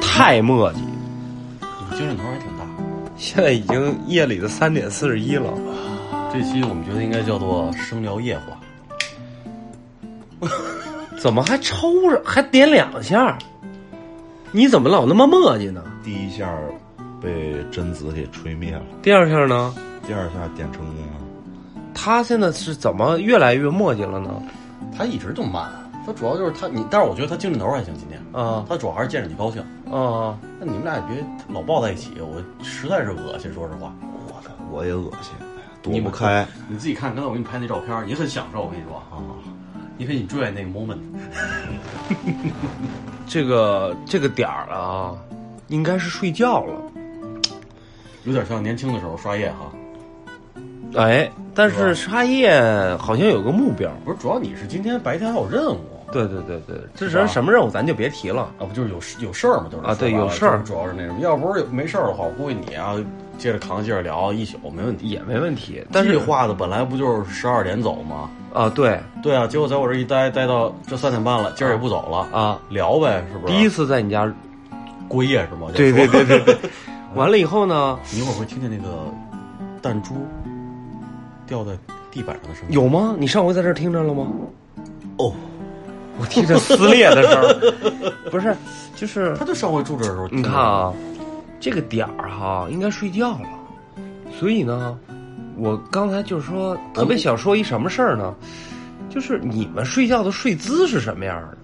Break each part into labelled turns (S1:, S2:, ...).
S1: 太墨迹。
S2: 你嗯们精神头还挺大。
S1: 现在已经夜里的三点四十一了，
S2: 这期我们觉得应该叫做“声聊夜话
S1: 怎么还抽着，还点两下？你怎么老那么墨迹呢？”。
S2: 第一下被贞子给吹灭了，
S1: 第二下呢？
S2: 第二下点成功了。
S1: 他现在是怎么越来越墨迹了呢？
S2: 他一直就慢，啊他主要就是他你，但是我觉得他精神头还行，今天
S1: 啊
S2: 他主要还是见着你高兴。
S1: 啊！
S2: 那你们俩也别老抱在一起，我实在是恶心，说实话。
S3: 我操，我也恶心，躲
S2: 你
S3: 不
S2: 们
S3: 开。
S2: 你自己看，刚才我给你拍那照片，也很享受。我跟你说啊，因为你追那个 moment，
S1: 这个这个点儿了啊，应该是睡觉了。
S2: 有点像年轻的时候刷夜哈。
S1: 哎，但是沙叶好像有个目标。
S2: 不是，主要你是今天白天还有任务
S1: 对对对对，这
S2: 是吧
S1: 人什么任务咱就别提了。
S2: 啊，不就是有事有事儿嘛，就是
S1: 啊对
S2: 说白了
S1: 有事儿
S2: 就是主要是那什么，要不是有没事儿的话，我估计你啊接着扛，接着聊一宿没问题。
S1: 也没问题，但是
S2: 计划的本来不就是十二点走吗？
S1: 啊，对
S2: 对啊，结果在我这一待待到这三点半了，今儿也不走了，
S1: 啊，
S2: 聊呗，是不是？
S1: 第一次在你家，
S2: 过夜是吗？
S1: 对
S2: 就说
S1: 对对对对， 完了以后呢，
S2: 你一会儿会听见那个弹珠掉在地板上的声音。
S1: 有吗？你上回在这儿听着了吗？
S2: 哦，
S1: 我听着撕裂的声儿，不是，就是
S2: 他就上回住这儿的时候，
S1: 你看，啊，这个点儿哈、应该睡觉了，所以呢，我刚才就是说特别想说一什么事儿呢，就是你们睡觉的睡姿是什么样的？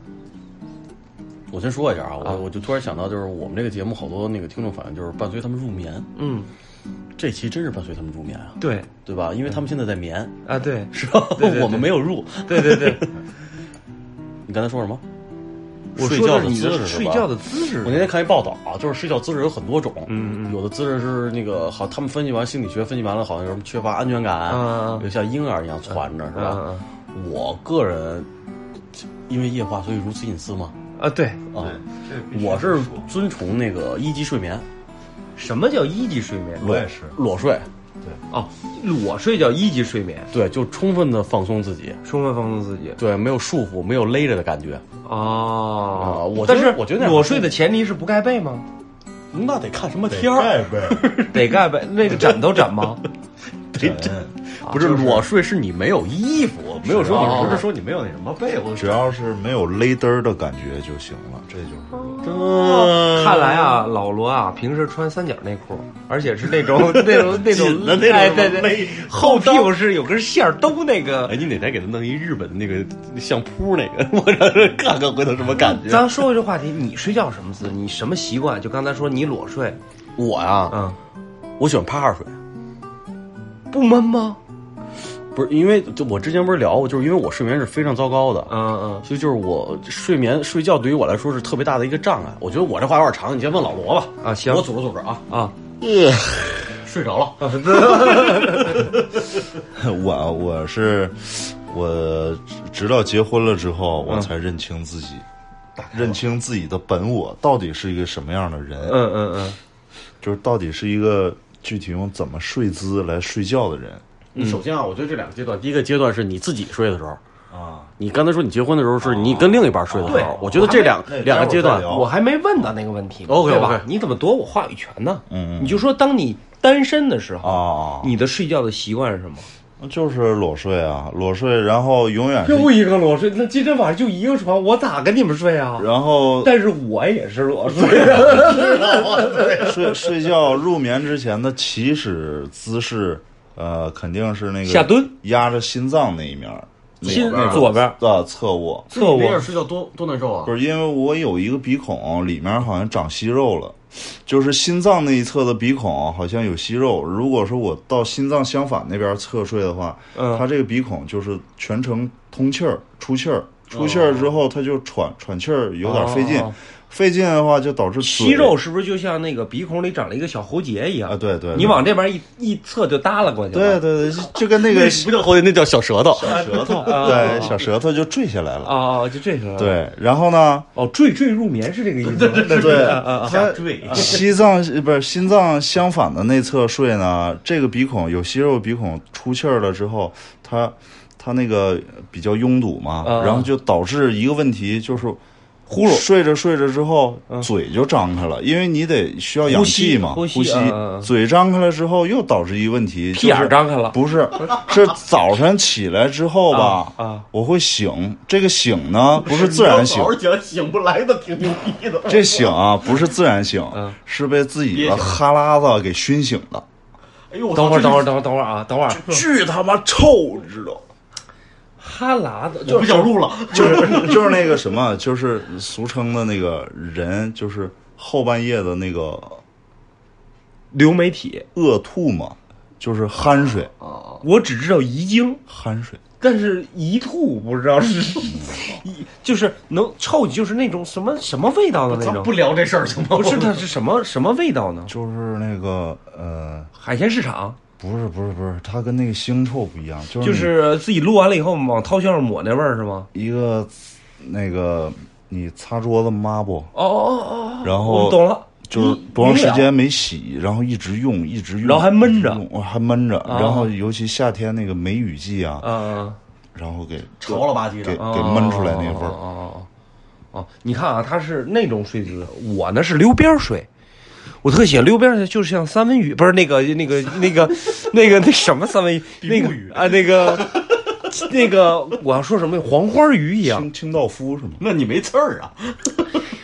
S2: 我先说一下啊，
S1: 啊
S2: 我我就突然想到，就是我们这个节目好多那个听众反映，就是伴随他们入眠，
S1: 嗯，
S2: 这期真是伴随他们入眠啊，
S1: 对，
S2: 对吧？因为他们现在在眠，
S1: 啊对，
S2: 是吧？
S1: 对对
S2: 我们没有入。
S1: 对对对，
S2: 你刚才说什么？
S1: 我
S2: 睡
S1: 说
S2: 觉
S1: 的是
S2: 姿
S1: 你
S2: 势
S1: 的
S2: 是
S1: 睡
S2: 吧
S1: 觉的姿势
S2: 我那天看一报道啊，就是睡觉姿势有很多种，
S1: 嗯嗯
S2: 有的姿势是那个好，他们分析完心理学分析完了，好像有什么缺乏安全感，
S1: 嗯嗯
S2: 有像婴儿一样攒着，是
S1: 嗯
S2: 吧？
S1: 嗯
S2: 我个人因为夜话，所以如此隐私嘛，
S1: 啊对，
S2: 啊，
S3: 对
S2: 我是遵从那个一级睡眠，
S1: 什么叫一级睡眠？
S3: 我也是，
S2: 裸睡，
S1: 哦，裸睡叫一级睡眠，
S2: 对，就充分的放松自己，
S1: 充分放松自己。
S2: 对，没有束缚，没有勒着的感觉，啊
S1: 哦，
S2: 我
S1: 但
S2: 觉得
S1: 是
S2: 我觉得那样
S1: 裸睡的前提是不盖被 吗？
S2: 那得看什么
S3: 得
S2: 天儿，
S3: 盖
S1: 得
S3: 被，
S1: 盖被，那个枕头枕吗？
S2: 得
S3: 枕
S2: 不是裸睡是你没有衣服，没有说你不是说你没有那什么啊被子，
S3: 只要是没有勒嘚儿的感觉就行了，这就是 我。
S2: 嗯
S1: 看来啊，老罗啊，平时穿三角内裤，而且是那种 那种那种
S2: 紧的那种
S1: 哎对对
S2: 勒，
S1: 后屁股是有根线儿兜那个
S2: 哎，。你哪天给他弄一日本的那个相扑那个， 我让他看看回头什么感觉。
S1: 咱说回这话题，你睡觉什么姿？你什么习惯？就刚才说你裸睡，
S2: 我呀，
S1: 嗯，
S2: 我喜欢趴着睡，
S1: 不闷吗？
S2: 不是因为就我之前不是聊过，就是因为我睡眠是非常糟糕的，
S1: 嗯嗯，
S2: 所以就是我睡眠睡觉对于我来说是特别大的一个障碍。我觉得我这话有点长，你先问老罗吧。
S1: 啊行
S2: 我组织组织啊。
S1: 啊，
S2: 睡着了，
S3: 我我是我直到结婚了之后，我才认清自己，认清自己的本我到底是一个什么样的人，
S1: 嗯嗯嗯，
S3: 就是到底是一个具体用怎么睡姿来睡觉的人
S2: 首先啊，我觉得这两个阶段，第一个阶段是你自己睡的时候。
S3: 啊。
S2: 你刚才说你结婚的时候是你跟另一半睡的时候
S1: 对，
S2: 啊我觉得这两
S3: 那
S2: 两个阶段
S3: 待会儿再，聊
S1: 我还没问到那个问题呢
S2: OK，
S1: 对吧
S2: OK
S1: 你怎么夺我话语权呢？
S3: 嗯嗯
S1: 你就说当你单身的时
S2: 哦
S1: 候，
S3: 啊，
S1: 你的睡觉的习惯是什么？
S3: 就是裸睡啊，裸睡，然后永 远是，
S1: 又一个裸睡，那今天晚上就一个床，我咋跟你们睡啊？
S3: 然后
S1: 但是我也是裸 睡，啊
S3: 睡睡觉入眠之前的起始姿势，呃，肯定是那个
S1: 下蹲，
S3: 压着心脏那一面儿，
S1: 心
S3: 那
S1: 左边
S3: 的侧卧，
S1: 侧
S2: 那样
S1: 卧，
S2: 睡觉多多难受啊
S3: 不！是因为我有一个鼻孔里面好像长息肉了，就是心脏那一侧的鼻孔好像有息肉。如果说我到心脏相反那边侧睡的话，
S1: 嗯
S3: 它这个鼻孔就是全程通气儿、出气儿，出气儿之后它就喘喘气儿有点费劲，
S1: 哦哦哦
S3: 费劲的话就导致
S1: 息肉
S3: 嘴
S1: 是不是就像那个鼻孔里长了一个小喉结一样？
S3: 啊，对对，对
S1: 你往这边一一侧就耷拉过去
S3: 对
S1: 了。
S3: 对对，就就跟那
S2: 那
S3: 个
S2: 个不叫喉结，那叫小舌头。
S3: 小舌头，
S1: 啊
S3: 对，小舌头就坠下来了。
S1: 哦，就这个。，
S3: 对，然后呢？
S1: 哦，坠坠入眠是这个意思吗。对
S3: 对
S1: 啊啊
S2: 下 坠
S3: 西藏呃不是心脏相反的内侧睡呢，这个鼻孔有息肉鼻孔出气儿了之后，它它那个比较拥堵嘛，
S1: 啊
S3: 然后就导致一个问题就是
S1: 呼噜
S3: 睡着睡着之后，嘴就张开了，因为你得需要氧气嘛，
S1: 呼
S3: 呼
S1: 吸呼吸嗯嗯
S3: 嘴张开了之后，又导致一个问题，
S1: 屁眼儿张开了
S3: 就是不是，是早晨起来之后吧，
S1: 啊啊
S3: 我会醒，这个醒呢不是自然醒
S4: 好，好讲，醒不来的挺牛逼的。
S3: 这醒啊不是自然醒
S1: 嗯，
S3: 是被自己
S4: 憋
S3: 的
S4: 醒
S3: 哈喇子给熏醒的，
S4: 哎呦，我
S1: 等
S4: 操
S1: 会儿，
S4: 这
S1: 等
S4: 是
S1: 会儿，等会儿，等会儿啊，等会儿。
S3: 巨他妈臭，知道。
S1: 哈喇子
S4: 我
S1: 就
S4: 不
S1: 是
S4: 想录 了。
S3: 就是就是那个什么，就是俗称的那个人，就是后半夜的那个
S1: 流媒体，
S3: 恶吐嘛，就是酣水，
S4: 啊，
S1: 我只知道遗精，
S3: 酣水。
S1: 但是遗吐不知道是， 遗就是能臭，就是那种什么什么味道的那
S4: 咱
S1: 种
S4: 不，聊这事儿行吗？
S1: 不是它是什么什么味道呢？
S3: 就是那个呃，
S1: 海鲜市场
S3: 不是不是不是，它跟那个腥臭不一样，就
S1: 就
S3: 是就是
S1: 自己录完了以后往掏箱上抹那味儿是吗？
S3: 一个那个你擦桌子抹布，
S1: 哦哦哦哦，
S3: 然
S1: 我
S3: 后
S1: 懂了，
S3: 就是
S1: 你
S3: 多长时？
S1: 你了
S3: 间没洗，然后一直用一直用，
S1: 然后还闷着
S3: 一直用，还闷着，
S1: 啊
S3: 然后尤其夏天那个梅雨季啊，
S1: 嗯，
S3: 然后给
S4: 潮了吧唧
S3: 给
S4: 的。
S3: 给闷出来那个味
S1: 哦
S3: 儿，
S1: 哦哦哦，哦你看啊，他是那种睡姿，我呢是溜边儿睡。我特喜欢溜边儿睡，就是像三文鱼，不是那个那个那 个那个那什么三 文鱼，那
S4: 比
S1: 个
S4: 目鱼
S1: 啊那个那个我要说什么黄花鱼一样
S3: 清清道夫是吗？
S4: 那你没刺儿啊？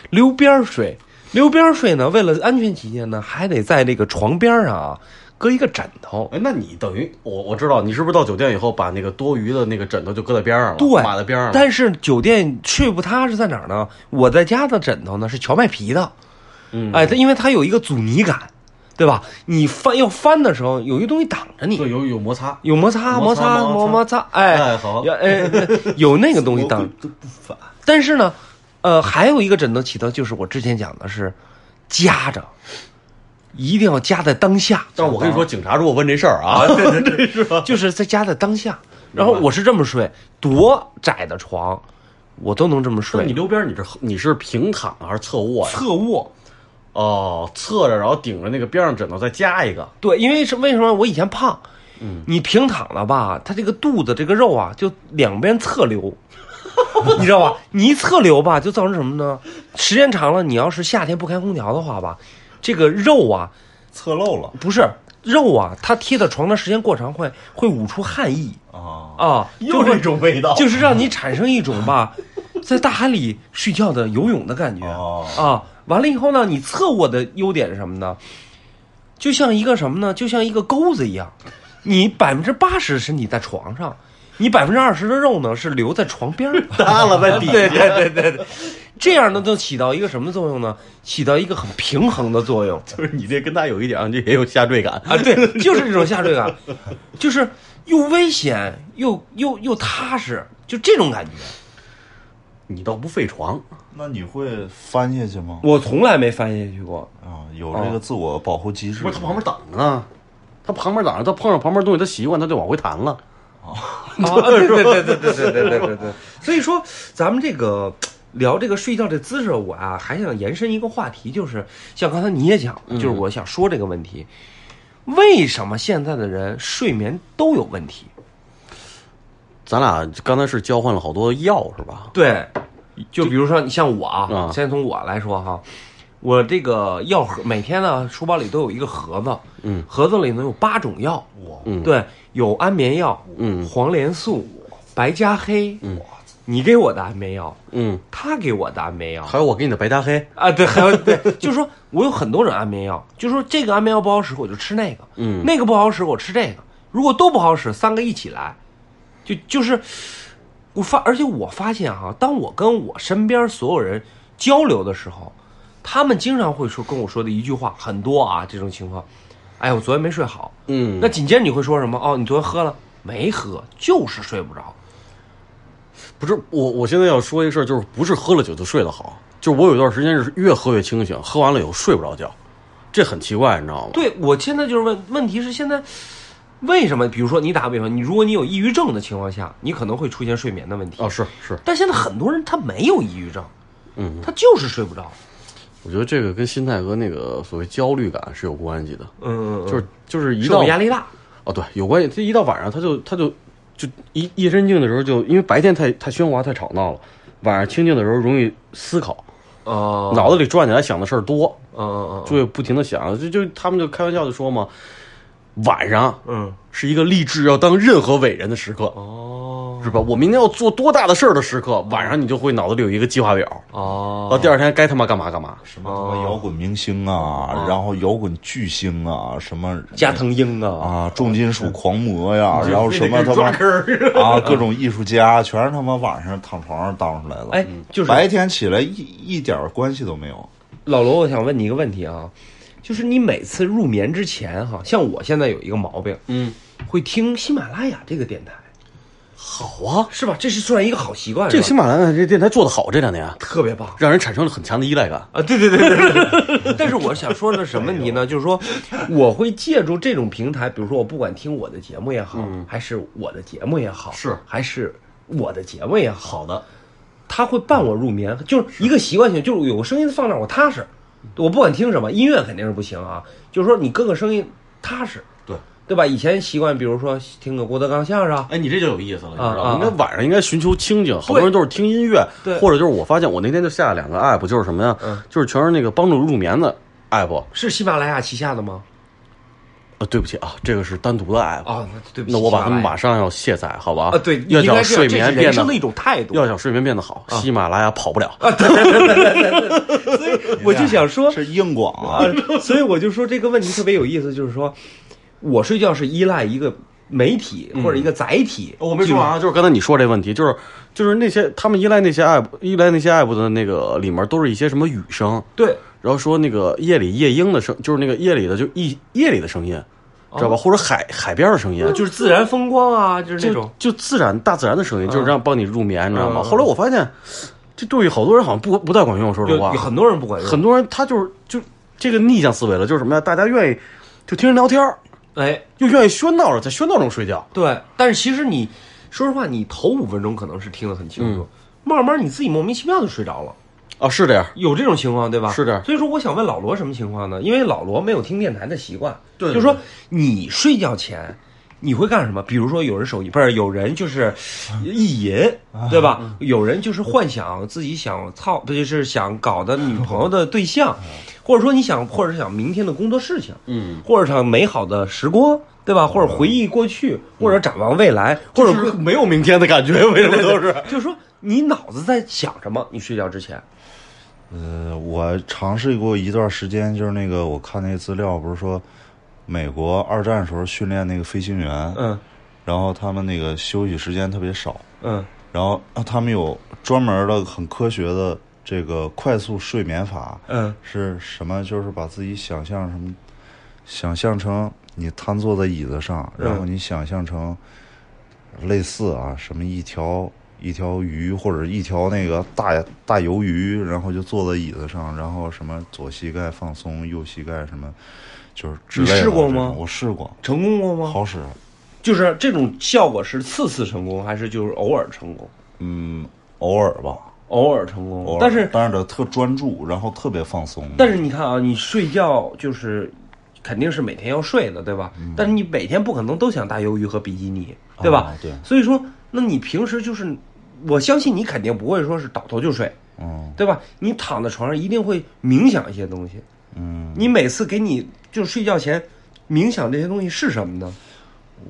S1: 溜边儿睡。溜边儿睡呢，为了安全起见呢，还得在那个床边儿上啊搁一个枕头。
S2: 哎，那你等于我我知道你是不是到酒店以后把那个多余的那个枕头就搁在边上了，
S1: 对，
S2: 码在边上了。
S1: 但是酒店睡不踏实在哪儿呢？我在家的枕头呢是荞麦皮的，
S2: 嗯
S1: 哎，它因为它有一个阻尼感，对吧？你翻要翻的时候，有一东西挡着
S2: 对
S1: 你，
S2: 有有摩擦，
S1: 有摩擦
S2: 摩擦
S1: 擦
S2: 摩擦
S1: 摩摩擦，哎
S2: 哎好
S1: 要 哎，有那个东西挡着。
S3: 都不反。
S1: 但是呢，呃，还有一个枕头起到就是我之前讲的是夹着，一定要夹在当下。
S2: 但是我跟你说，警察如果问这事儿啊，
S1: 就是在家的当下。然后我是这么睡，多窄的床，我都能这么
S2: 那你
S1: 睡。
S2: 溜边儿你是你是平躺啊还是侧卧呀？
S1: 侧卧，
S2: 哦，侧着然后顶着那个边上枕头再加一 个，
S1: 对，因为是为什么我以前胖，你平躺了吧，它这个肚子这个肉啊，就两边侧流，你知道吧？你一侧流吧，就造成什么呢？时间长了，你要是夏天不开空调的话吧，这个肉啊，
S3: 侧漏了
S1: 不是肉啊，它贴在床上时间过长会会捂出汗意
S3: 啊！
S1: 啊，就
S4: 又
S1: 会
S4: 这种味道，
S1: 就是让你产生一种吧， 在大海里睡觉的游泳的感觉
S3: 哦
S1: 啊。完了以后呢，你侧卧的优点是什么呢？就像一个什么呢？就像一个钩子一样，你百分之八十身体在床上，你百分之二十的肉呢是留在床边 儿。
S4: 耷拉在底
S1: 对
S4: 下。
S1: 对对对对，这样呢就起到一个什么作用呢？起到一个很平衡的作用。
S2: 就是你这跟他有一点儿，这也有下坠感。
S1: 啊，对，就是这种下坠感，就是又危险又又又踏实，就这种感觉。
S2: 你倒不费床，
S3: 那你会翻下去吗？
S1: 我从来没翻下去过，
S3: 啊，有这个自我保护机制
S4: 不
S1: 哦
S3: 吗。
S4: 是，他旁边挡着。
S2: 啊，他旁边挡着，他碰上旁边东西，他习惯，他就往回弹了。
S1: 啊，对对对对对对对对对对。所以说，咱们这个聊这个睡觉这姿势，我啊还想延伸一个话题，就是像刚才你也讲了，就是我想说这个问题，为什么现在的人睡眠都有问题？
S2: 咱俩刚才是交换了好多药是吧？
S1: 对，就比如说你像我啊
S2: 啊，
S1: 先从我来说哈，我这个药盒每天呢书包里都有一个盒子，
S2: 嗯，
S1: 盒子里呢有八种药，
S4: 我
S2: 嗯
S1: 对，有安眠药，
S2: 嗯
S1: 黄连素、白加黑，嗯，你给我的安眠药，
S2: 嗯，
S1: 他给我的安眠药，
S2: 还有我给你的白加黑，
S1: 啊，对，还有对，就是说我有很多种安眠药，就是说这个安眠药不好使，我就吃那个，
S2: 嗯
S1: 那个不好使，我吃这个。如果都不好使，三个一起来，就就是我发，而且我发现哈、当我跟我身边所有人交流的时候，他们经常会说跟我说的一句话，很多啊这种情况，哎，我昨天没睡好，
S2: 嗯
S1: 那紧接着你会说什么？哦，你昨天喝了没喝？就是睡不着。
S2: 不是我，我现在要说一事儿，就是不是喝了酒就睡得好，就是我有一段时间是越喝越清醒，喝完了以后睡不着觉，这很奇怪，你知道吗？
S1: 对，我现在就是问，问题是现在为什么？比如说，你打个比方，你如果你有抑郁症的情况下，你可能会出现睡眠的问题。
S2: 哦，是是，
S1: 但现在很多人他没有抑郁症，
S2: 嗯，
S1: 他就是睡不着。
S2: 我觉得这个跟心态和那个所谓焦虑感是有关系的，
S1: 嗯，
S2: 就是就是一
S1: 是我
S2: 到
S1: 压力大。
S2: 哦，对，有关系。他一到晚上，他就他就就一夜深静的时候就，因为白天太太喧哗太吵闹了，晚上清静的时候容易思考，
S1: 哦，
S2: 脑子里转起来想的事儿多，
S1: 嗯嗯
S2: 就会不停的想。就就他们就开玩笑就说嘛，晚上
S1: 嗯，
S2: 是一个立志要当任何伟人的时刻，
S1: 哦
S2: 是吧？我明天要做多大的事儿的时刻，晚上你就会脑子里有一个计划表，到
S1: 哦，
S2: 第二天该他妈干嘛干嘛。
S3: 什么他妈摇滚明星啊，然后摇滚巨星啊，什么
S1: 哦加藤鹰啊，
S3: 啊，重金属狂 魔呀，然后什么他妈
S4: 抓根儿，
S3: 啊，各种艺术家全是他妈晚上躺床上当出来的。
S1: 哎，就是
S3: 白天起来一一点儿关系都没有。
S1: 老罗，我想问你一个问题啊，就是你每次入眠之前哈、像我现在有一个毛病，
S2: 嗯，
S1: 会听喜马拉雅这个电台，
S2: 好啊，
S1: 是吧？这是算一个好习惯，
S2: 这个
S1: 是
S2: 喜
S1: 吧
S2: 马拉雅这电台做的好，这两年啊
S1: 特别棒。
S2: 让人产生了很强的依赖感。
S1: 啊，对对对对 对。但是我想说的是什么问题呢？就是说，我会借助这种平台，比如说我不管听我的节目也好，还是我的节目也好，
S2: 嗯是
S1: 还是我的节目也好，
S2: 好的，
S1: 它会伴我入眠，就是一个习惯性，就是有个声音放那儿我踏实。我不管听什么音乐肯定是不行啊，就是说你各个声音踏实，
S2: 对
S1: 对吧？以前习惯，比如说听个郭德纲相声啊，
S4: 哎，你这就有意思了，你知
S1: 啊
S4: 道
S1: 啊
S4: 吗？
S2: 应该晚上应该寻求清静，好多人都是听音乐
S1: 对，嗯
S2: 或者就是我发现我那天就下了两个 app，就是什么呀，就是全是那个帮助入眠的 app。
S1: 是喜马拉雅旗下的吗？
S2: 呃，对不起啊，这个是单独的 app，、
S1: 啊，那对不起，
S2: 那我把它们
S1: 喜马拉雅
S2: 马上要卸载，好吧？
S1: 啊，对，
S2: 要
S1: 应该
S2: 想
S1: 是这
S2: 睡
S1: 样这
S2: 眠
S1: 是
S2: 变
S1: 人
S2: 得
S1: 生的一种啊态度，啊
S2: 要想睡眠变得好，喜马拉雅跑不了。
S1: 所 以我就想说，
S3: 是硬广啊，
S1: 啊，所以我就说这个问题特别有意思，就是说我睡觉是依赖一个媒体或者一个载体。
S4: 我没说
S2: 说
S4: 完
S2: 完
S4: 啊，
S2: 啊，就是刚才你说这问题，就是就是那些他们依赖那些 app，依赖那些 app 的那个里面都是一些什么雨声，
S1: 对，
S2: 然后说那个夜里夜莺的声，就是那个夜里的就夜夜里的声音，知
S1: 哦
S2: 道吧？或者海海边的声音，
S1: 呃就是自然风光啊，就是那
S2: 就
S1: 种
S2: 就自然大自然的声音，就是让帮你入眠，你知道吗？
S1: 嗯嗯
S2: 后来我发现，这对于好多人好像不不太管用，说实
S1: 有
S2: 话
S1: 有，很多人不管用，
S2: 很多人他就是就这个逆向思维了，就是什么呀？大家愿意就听人聊天儿，
S1: 哎，
S2: 又愿意喧闹着在喧闹中睡觉。
S1: 对。但是其实你说实话，你头五分钟可能是听得很清楚，慢慢你自己莫名其妙就睡着了。
S2: 啊，是这样，
S1: 有这种情况对吧？
S2: 是的
S1: 所以说，我想问老罗什么情况呢？因为老罗没有听电台的习惯，
S4: 对对
S1: 就是说你睡觉前你会干什么？比如说有人手艺，不是有人就是意淫，
S2: 啊
S1: 对吧？
S2: 嗯
S1: 有人就是幻想自己想操，不就是想搞的女朋友的对象，
S2: 嗯
S1: 或者说你想，或者是想明天的工作事情，嗯，或者想美好的时光，对吧？或者回忆过去，或者展望未来，或者
S2: 嗯就是没有明天的感觉，为什么都是？
S1: 就是说你脑子在想什么？你睡觉之前，
S3: 呃，我尝试过一段时间，就是那个我看那个资料，不是说美国二战时候训练那个飞行员，
S1: 嗯
S3: 然后他们那个休息时间特别少，
S1: 嗯，
S3: 然后啊他们有专门的很科学的这个快速睡眠法，
S1: 嗯，
S3: 是什么？就是把自己想象什么，想象成你瘫坐在椅子上，
S1: 嗯
S3: 然后你想象成类似啊什么一条一条鱼或者一条那个大大鱿鱼，然后就坐在椅子上，然后什么左膝盖放松，右膝盖什么，就是之类的
S1: 你试过
S3: 这种
S1: 吗
S3: 我试过，
S1: 成功过吗？
S3: 好使。
S1: 就是这种效果是次次成功，还是就是偶尔成功？
S3: 嗯，偶尔吧，
S1: 偶尔成功，
S3: 偶尔。
S1: 但是
S3: 但是得特专注，然后特别放松。
S1: 但是你看啊，你睡觉就是肯定是每天要睡的，对吧？
S3: 嗯
S1: 但是你每天不可能都想大鱿鱼和比基尼，对吧？
S3: 啊对
S1: 所以说，那你平时就是，我相信你肯定不会说是倒头就睡，
S3: 嗯
S1: 对吧？你躺在床上一定会冥想一些东西。
S3: 嗯，
S1: 你每次给你就睡觉前冥想这些东西是什么呢？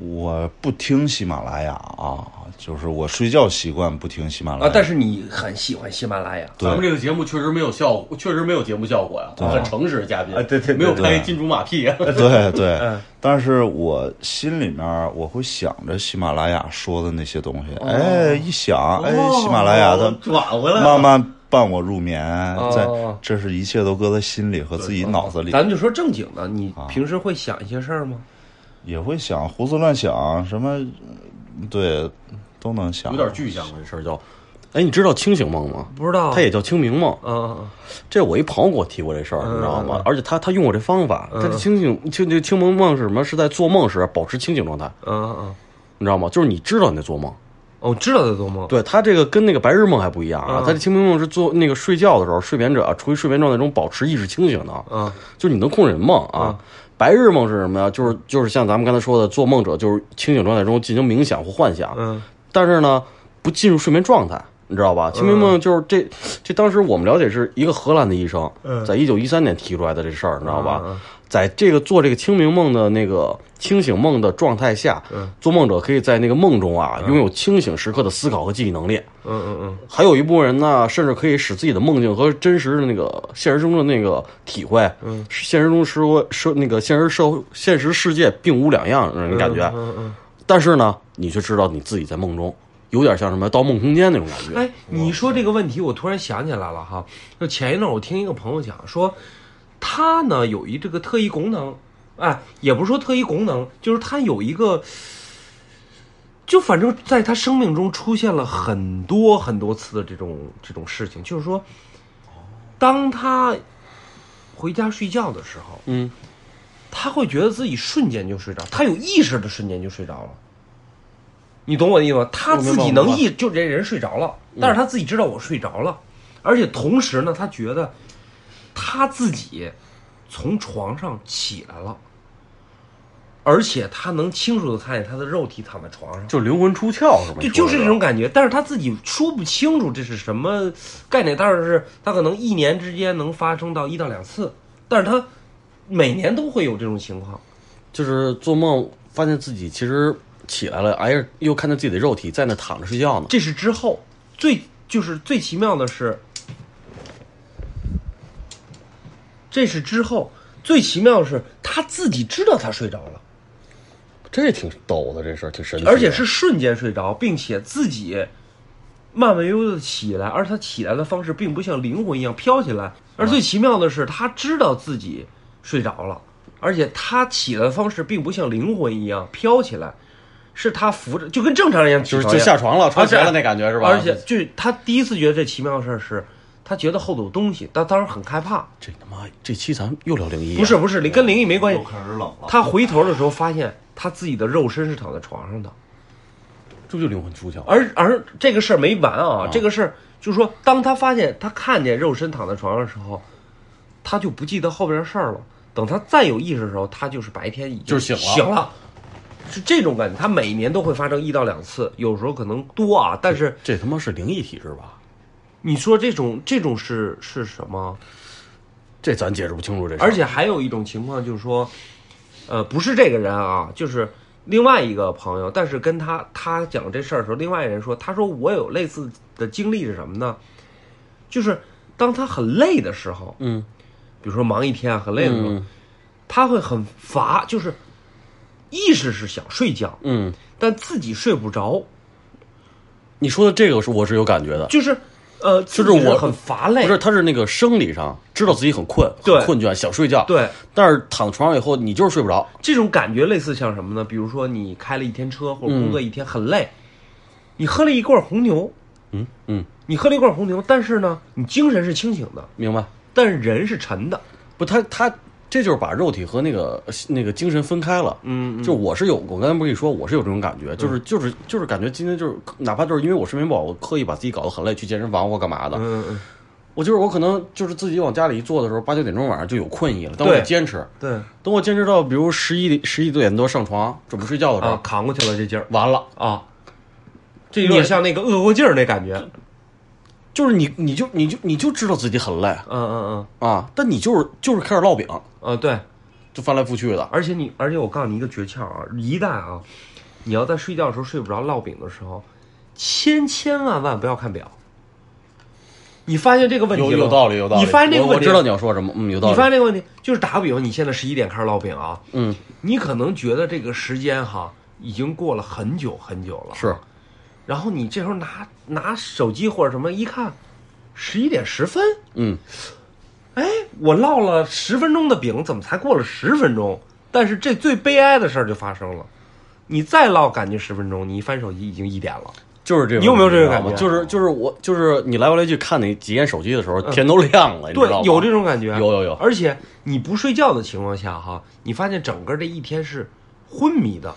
S3: 我不听喜马拉雅啊，就是我睡觉习惯不听喜马拉
S1: 啊
S3: 雅。，
S1: 但是你很喜欢喜马拉雅，
S3: 对
S2: 咱们这个节目确实没有效果，确实没有节目效果呀。很诚实，嘉宾
S1: 啊对对对
S2: 没有
S1: 对
S2: 拍金主马屁呀。啊
S3: 对对，但是我心里面我会想着喜马拉雅说的那些东西，哎，一想，哎，喜马拉雅
S4: 哦
S3: 它
S4: 转回来了
S3: 慢慢伴我入眠，在
S1: 哦
S3: 这是一切都搁在心里和自己脑子里，
S1: 咱们就说正经的，你
S2: 啊
S1: 平时会想一些事儿吗？
S3: 也会想胡思乱想，什么，对，都能想。
S2: 有点具象了，这事儿叫。哎，你知道清醒梦吗？
S1: 不知道，
S2: 它也叫清明梦。
S1: 嗯，
S2: 这我一朋友给我提过这事儿，你知道吗？而且他他用过这方法，他这清醒清这清明梦是什么？是在做梦时保持清醒状态，
S1: 嗯嗯嗯，
S2: 你知道吗？就是你知道你在做梦。
S1: 哦，我知道在做梦。
S2: 对他这个跟那个白日梦还不一样啊，他这清明梦是做那个睡觉的时候，睡眠者啊处于睡眠状态中保持意识清醒的。
S1: 嗯，
S2: 就是你能控制你的梦啊。白日梦是什么呀？就是就是像咱们刚才说的，做梦者就是清醒状态中进行冥想或幻想，
S1: 嗯
S2: 但是呢不进入睡眠状态，你知道吧？清明梦就是这这当时我们了解是一个荷兰的医生，在一九一三年提出来的这事儿，你知道吧？
S1: 嗯
S2: 在这个做这个清明梦的那个清醒梦的状态下，做梦者可以在那个梦中啊拥有清醒时刻的思考和记忆能力。
S1: 嗯嗯嗯，
S2: 还有一部分人呢，甚至可以使自己的梦境和真实的那个现实中的那个体会，嗯，现实中社会社那个现实社会现实世界并无两样，让人感觉。
S1: 嗯嗯。
S2: 但是呢，你却知道你自己在梦中，有点像什么《盗梦空间》那种感觉。
S1: 哎，你说这个问题，我突然想起来了哈。就前一段我听一个朋友讲说，他呢有一这个特异功能，哎，也不是说特异功能，就是他有一个，就反正在他生命中出现了很多很多次的这种这种事情，就是说，当他回家睡觉的时候，
S2: 嗯，
S1: 他会觉得自己瞬间就睡着，他有意识的瞬间就睡着了。你懂我的意思吗？他自己能意，就这人睡着了，但是他自己知道我睡着了，而且同时呢，他觉得他自己从床上起来了，而且他能清楚的看见他的肉体躺在床上，
S2: 就灵魂出窍是吗？
S1: 对，
S2: 你说
S1: 就
S2: 的
S1: 是这种感觉。但是他自己说不清楚这是什么概念，但是他可能一年之间能发生到一到两次，但是他每年都会有这种情况。
S2: 就是做梦发现自己其实起来了，哎呀，又看见自己的肉体在那躺着睡觉呢。
S1: 这是之后最就是最奇妙的是，这是之后最奇妙的是他自己知道他睡着了，
S2: 这也挺逗的，这事儿挺神奇的，
S1: 而且是瞬间睡着，并且自己慢慢悠悠的起来，而他起来的方式并不像灵魂一样飘起来，而
S2: 嗯
S1: 最奇妙的是他知道自己睡着了，而且他起来的方式并不像灵魂一样飘起来。是他扶着，就跟正常人一样起
S2: 就
S1: 床一
S2: 是
S1: 样，
S2: 就下床了，
S1: 而
S2: 穿
S1: 且
S2: 鞋了那感觉是吧？
S1: 而且就是他第一次觉得这奇妙的事儿是，他觉得后头有东西，他当时很害怕。
S2: 这他妈这期咱们又聊灵异啊，
S1: 不是不是，跟灵异没关系
S4: 哎又。开始冷了。
S1: 他回头的时候发现他自己的肉身是躺在床上的，
S2: 这不就灵魂出窍？
S1: 而而这个事儿没完
S2: 嗯
S1: 啊，这个事儿就是说，当他发现他看见肉身躺在床上的时候，他就不记得后边的事儿了。等他再有意识的时候，他就是白天已经
S2: 就是醒了
S1: 醒了，是这种感觉。他每年都会发生一到两次，有时候可能多啊。但是
S2: 这他妈是灵异体质吧？
S1: 你说这种这种是是什么？
S2: 这咱解释不清楚这事儿。
S1: 而且还有一种情况就是说，呃，不是这个人啊，就是另外一个朋友，但是跟他他讲这事儿的时候，另外一人说，他说我有类似的经历是什么呢？就是当他很累的时候，
S2: 嗯，
S1: 比如说忙一天啊，很累的时候，
S2: 嗯
S1: 他会很乏，就是意识是想睡觉，
S2: 嗯，
S1: 但自己睡不着，
S2: 你说的这个是我是有感觉的，
S1: 就是呃，
S2: 就是
S1: 自己
S2: 我
S1: 很乏累，
S2: 不是，他是那个生理上知道自己很困，
S1: 对
S2: 很困倦，想睡觉，
S1: 对，
S2: 但是躺床上以后你就是睡不着，
S1: 这种感觉类似像什么呢？比如说你开了一天车或者工作一天很累，你喝了一罐红牛，
S2: 嗯嗯，
S1: 你喝了一罐红牛，但是呢，你精神是清醒的，
S2: 明白？
S1: 但是人是沉的。
S2: 不，他他这就是把肉体和那个那个精神分开了。
S1: 嗯，
S2: 就我是有，我刚才不是跟你说，我是有这种感觉，就是就是就是感觉今天就是，哪怕就是因为我睡眠不好，我刻意把自己搞得很累，去健身房或干嘛的，
S1: 嗯嗯，
S2: 我就是我可能就是自己往家里一坐的时候，八九点钟晚上就有困意了，但我得
S1: 对
S2: 坚持，
S1: 对
S2: 等我坚持到比如十一十一点多上床准备睡觉的时候，
S1: 啊，扛过去了这劲儿
S2: 完了，
S1: 啊，这有点像那个饿过劲儿那感觉。嗯
S2: 就是你你就你就你就知道自己很累
S1: 嗯
S2: 啊，但你就是就是开始烙饼，
S1: 嗯，啊对，
S2: 就翻来覆去的，
S1: 而且你，而且我告诉你一个诀窍啊，一旦啊，你要在睡觉的时候睡不着烙饼的时候，千千万万不要看表。你发现这个问题
S2: 有
S1: 了吗
S2: 有道理有道理。
S1: 你发现这个
S2: 我
S1: 问
S2: 我
S1: 题，
S2: 知道你要说什么，嗯，有道理。
S1: 你发现这个问题，就是打个比方，你现在十一点开始烙饼啊，
S2: 嗯，
S1: 你可能觉得这个时间哈已经过了很久很久了，
S2: 是。
S1: 然后你这时候拿拿手机或者什么一看，十一点十分，
S2: 嗯，
S1: 哎，我烙了十分钟的饼，怎么才过了十分钟？但是这最悲哀的事儿就发生了，你再烙感觉十分钟，你一翻手机已经一点了，
S2: 就是这个问题，
S1: 你有没有这个感觉啊
S2: 你知道吗就是就是我就是你来回来去看你几眼手机的时候，天都亮了，你
S1: 嗯对
S2: 知道吗？，
S1: 有这种感觉，啊
S2: 有有有
S1: 而且你不睡觉的情况下哈，你发现整个这一天是昏迷的，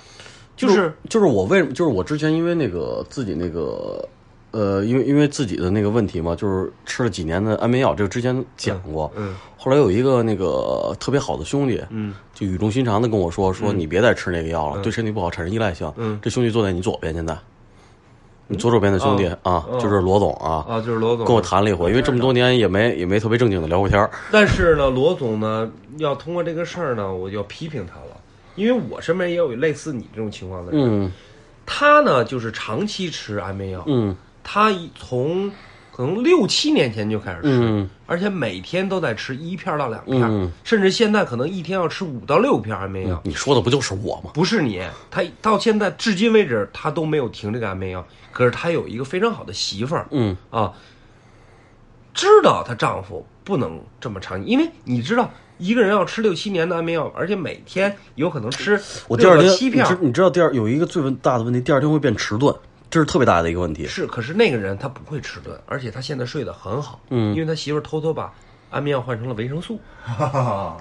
S1: 就是。
S2: 就是我为什么就是我之前因为那个自己那个呃，因为因为自己的那个问题嘛，就是吃了几年的安眠药，这个之前讲过。
S1: 嗯嗯
S2: 后来有一个那个特别好的兄弟，
S1: 嗯，
S2: 就语重心长的跟我说，说你别再吃那个药了，对身体不好，产生依赖性。
S1: 嗯
S2: 这兄弟坐在你左边，现在你左手边的兄弟啊，就是罗总啊，
S1: 啊，就是罗总
S2: 跟我谈了一回，因为这么多年也没也没特别正经的聊过天儿。
S1: 但是呢，罗总呢，要通过这个事儿呢，我就批评他了，因为我身边也有类似你这种情况的人。
S2: 嗯
S1: 他呢，就是长期吃安眠药，
S2: 嗯
S1: 他一从可能六七年前就开始吃，
S2: 嗯
S1: 而且每天都在吃一片儿到两片儿，
S2: 嗯
S1: 甚至现在可能一天要吃五到六片儿安眠药。
S2: 你说的不就是我吗？
S1: 不是你，他到现在至今为止他都没有停这个安眠药，可是他有一个非常好的媳妇儿，
S2: 嗯
S1: 啊，知道她丈夫不能这么长，因为你知道一个人要吃六七年的安眠药，而且每天有可能吃
S2: 我第二
S1: 六
S2: 天
S1: 到七片
S2: 你
S1: 儿
S2: 知，你知道第二有一个最问大的问题，第二天会变迟钝，这是特别大的一个问题。
S1: 是，可是那个人他不会迟钝，而且他现在睡得很好，嗯，因为他媳妇儿偷偷把安眠药换成了维生 素，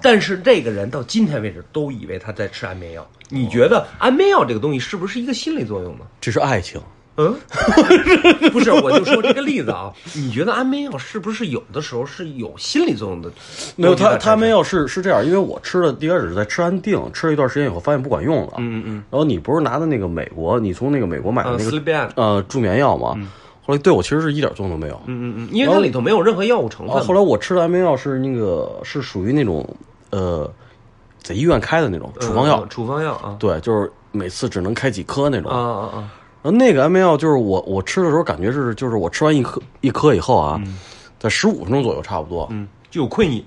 S1: 但是这个人到今天为止都以为他在吃安眠药。你觉得安眠药这个东西是不是一个心理作用呢？
S2: 这是爱情，
S1: 嗯， 不是，我就说这个例子啊，你觉得安眠药是不是有的时候是有心理作用的？
S2: 没有他
S1: 它
S2: 他
S1: 它
S2: 没有是是这样，因为我吃了一开始是在吃安定，吃了一段时间以后发现不管用了。嗯嗯。然后你不是拿的那个美国，你从那个美国买的
S1: 呃
S2: 那个
S1: sleep aid
S2: 呃助眠药吗？后来对我其实是一点作用都没有。
S1: 嗯嗯，因为它里头没有任何药物成分
S2: 啊，
S1: 嘛。
S2: 后来我吃的安眠药是那个是属于那种呃，在医院开的那种
S1: 嗯
S2: 处方药，
S1: 嗯处方药啊
S2: 对，就是每次只能开几颗那种。
S1: 啊啊啊！
S2: 然后那个安眠药就是我我吃的时候感觉是就是我吃完一颗一颗以后啊，在十五分钟左右差不多，
S1: 嗯，就有困意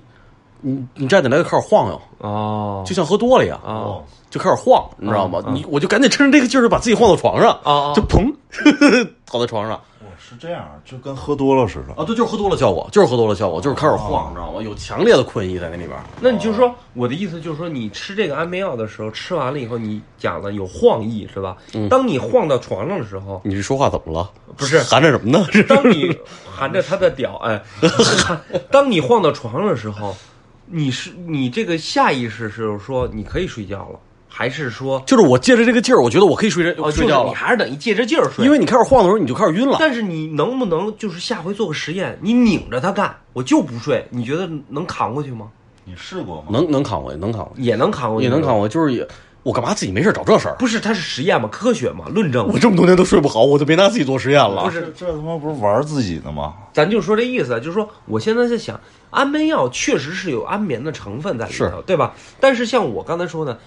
S2: 你你站起来就开始晃悠，
S1: 哦
S2: 就像喝多了一样。
S1: 哦
S2: 就开始晃，你知道吗？你我就赶紧趁着这个劲儿把自己晃到床上，
S1: 哦哦
S2: 就砰倒在床上。
S3: 我是这样，就跟喝多了似的。
S2: 啊，对，就是喝多了效果，啊就是喝多了效果，就是开始晃，你知道吗？有强烈的困意在那里边儿。
S1: 那你就说，我的意思就是说，你吃这个安眠药的时候，吃完了以后，你讲了有晃意是吧？
S2: 嗯
S1: 当你晃到床上的时候，
S2: 你这说话怎么了？
S1: 不是
S2: 含着什么呢？这
S1: 当你含着他的屌，哎， 当你晃到床上的时候，你是你这个下意识是说你可以睡觉了，还是说
S2: 就是我借着这个劲儿，我觉得我可以睡着
S1: 哦，
S2: 睡
S1: 就是
S2: 觉了
S1: 你，还是等于借着劲儿睡？
S2: 因为你开始晃的时候你就开始晕了。
S1: 但是你能不能就是下回做个实验，你拧着它干，我就不睡，你觉得能扛过去吗？
S3: 你试过吗？
S2: 能能扛过去，能扛过
S1: 也能扛过
S2: 去，
S1: 去，
S2: 也能扛。过去，就是也我干嘛自己没事儿找这事儿？
S1: 不是，它是实验嘛，科学嘛，论证嘛
S2: 我。这么多年都睡不好，我就别拿自己做实验
S1: 不
S2: 了。
S1: 是
S3: 这这他妈不是玩自己呢吗？
S1: 咱就说这意思啊，就是说，我现在在想，安眠药确实是有安眠的成分在里头，
S2: 是
S1: 对吧？但是像我刚才说的，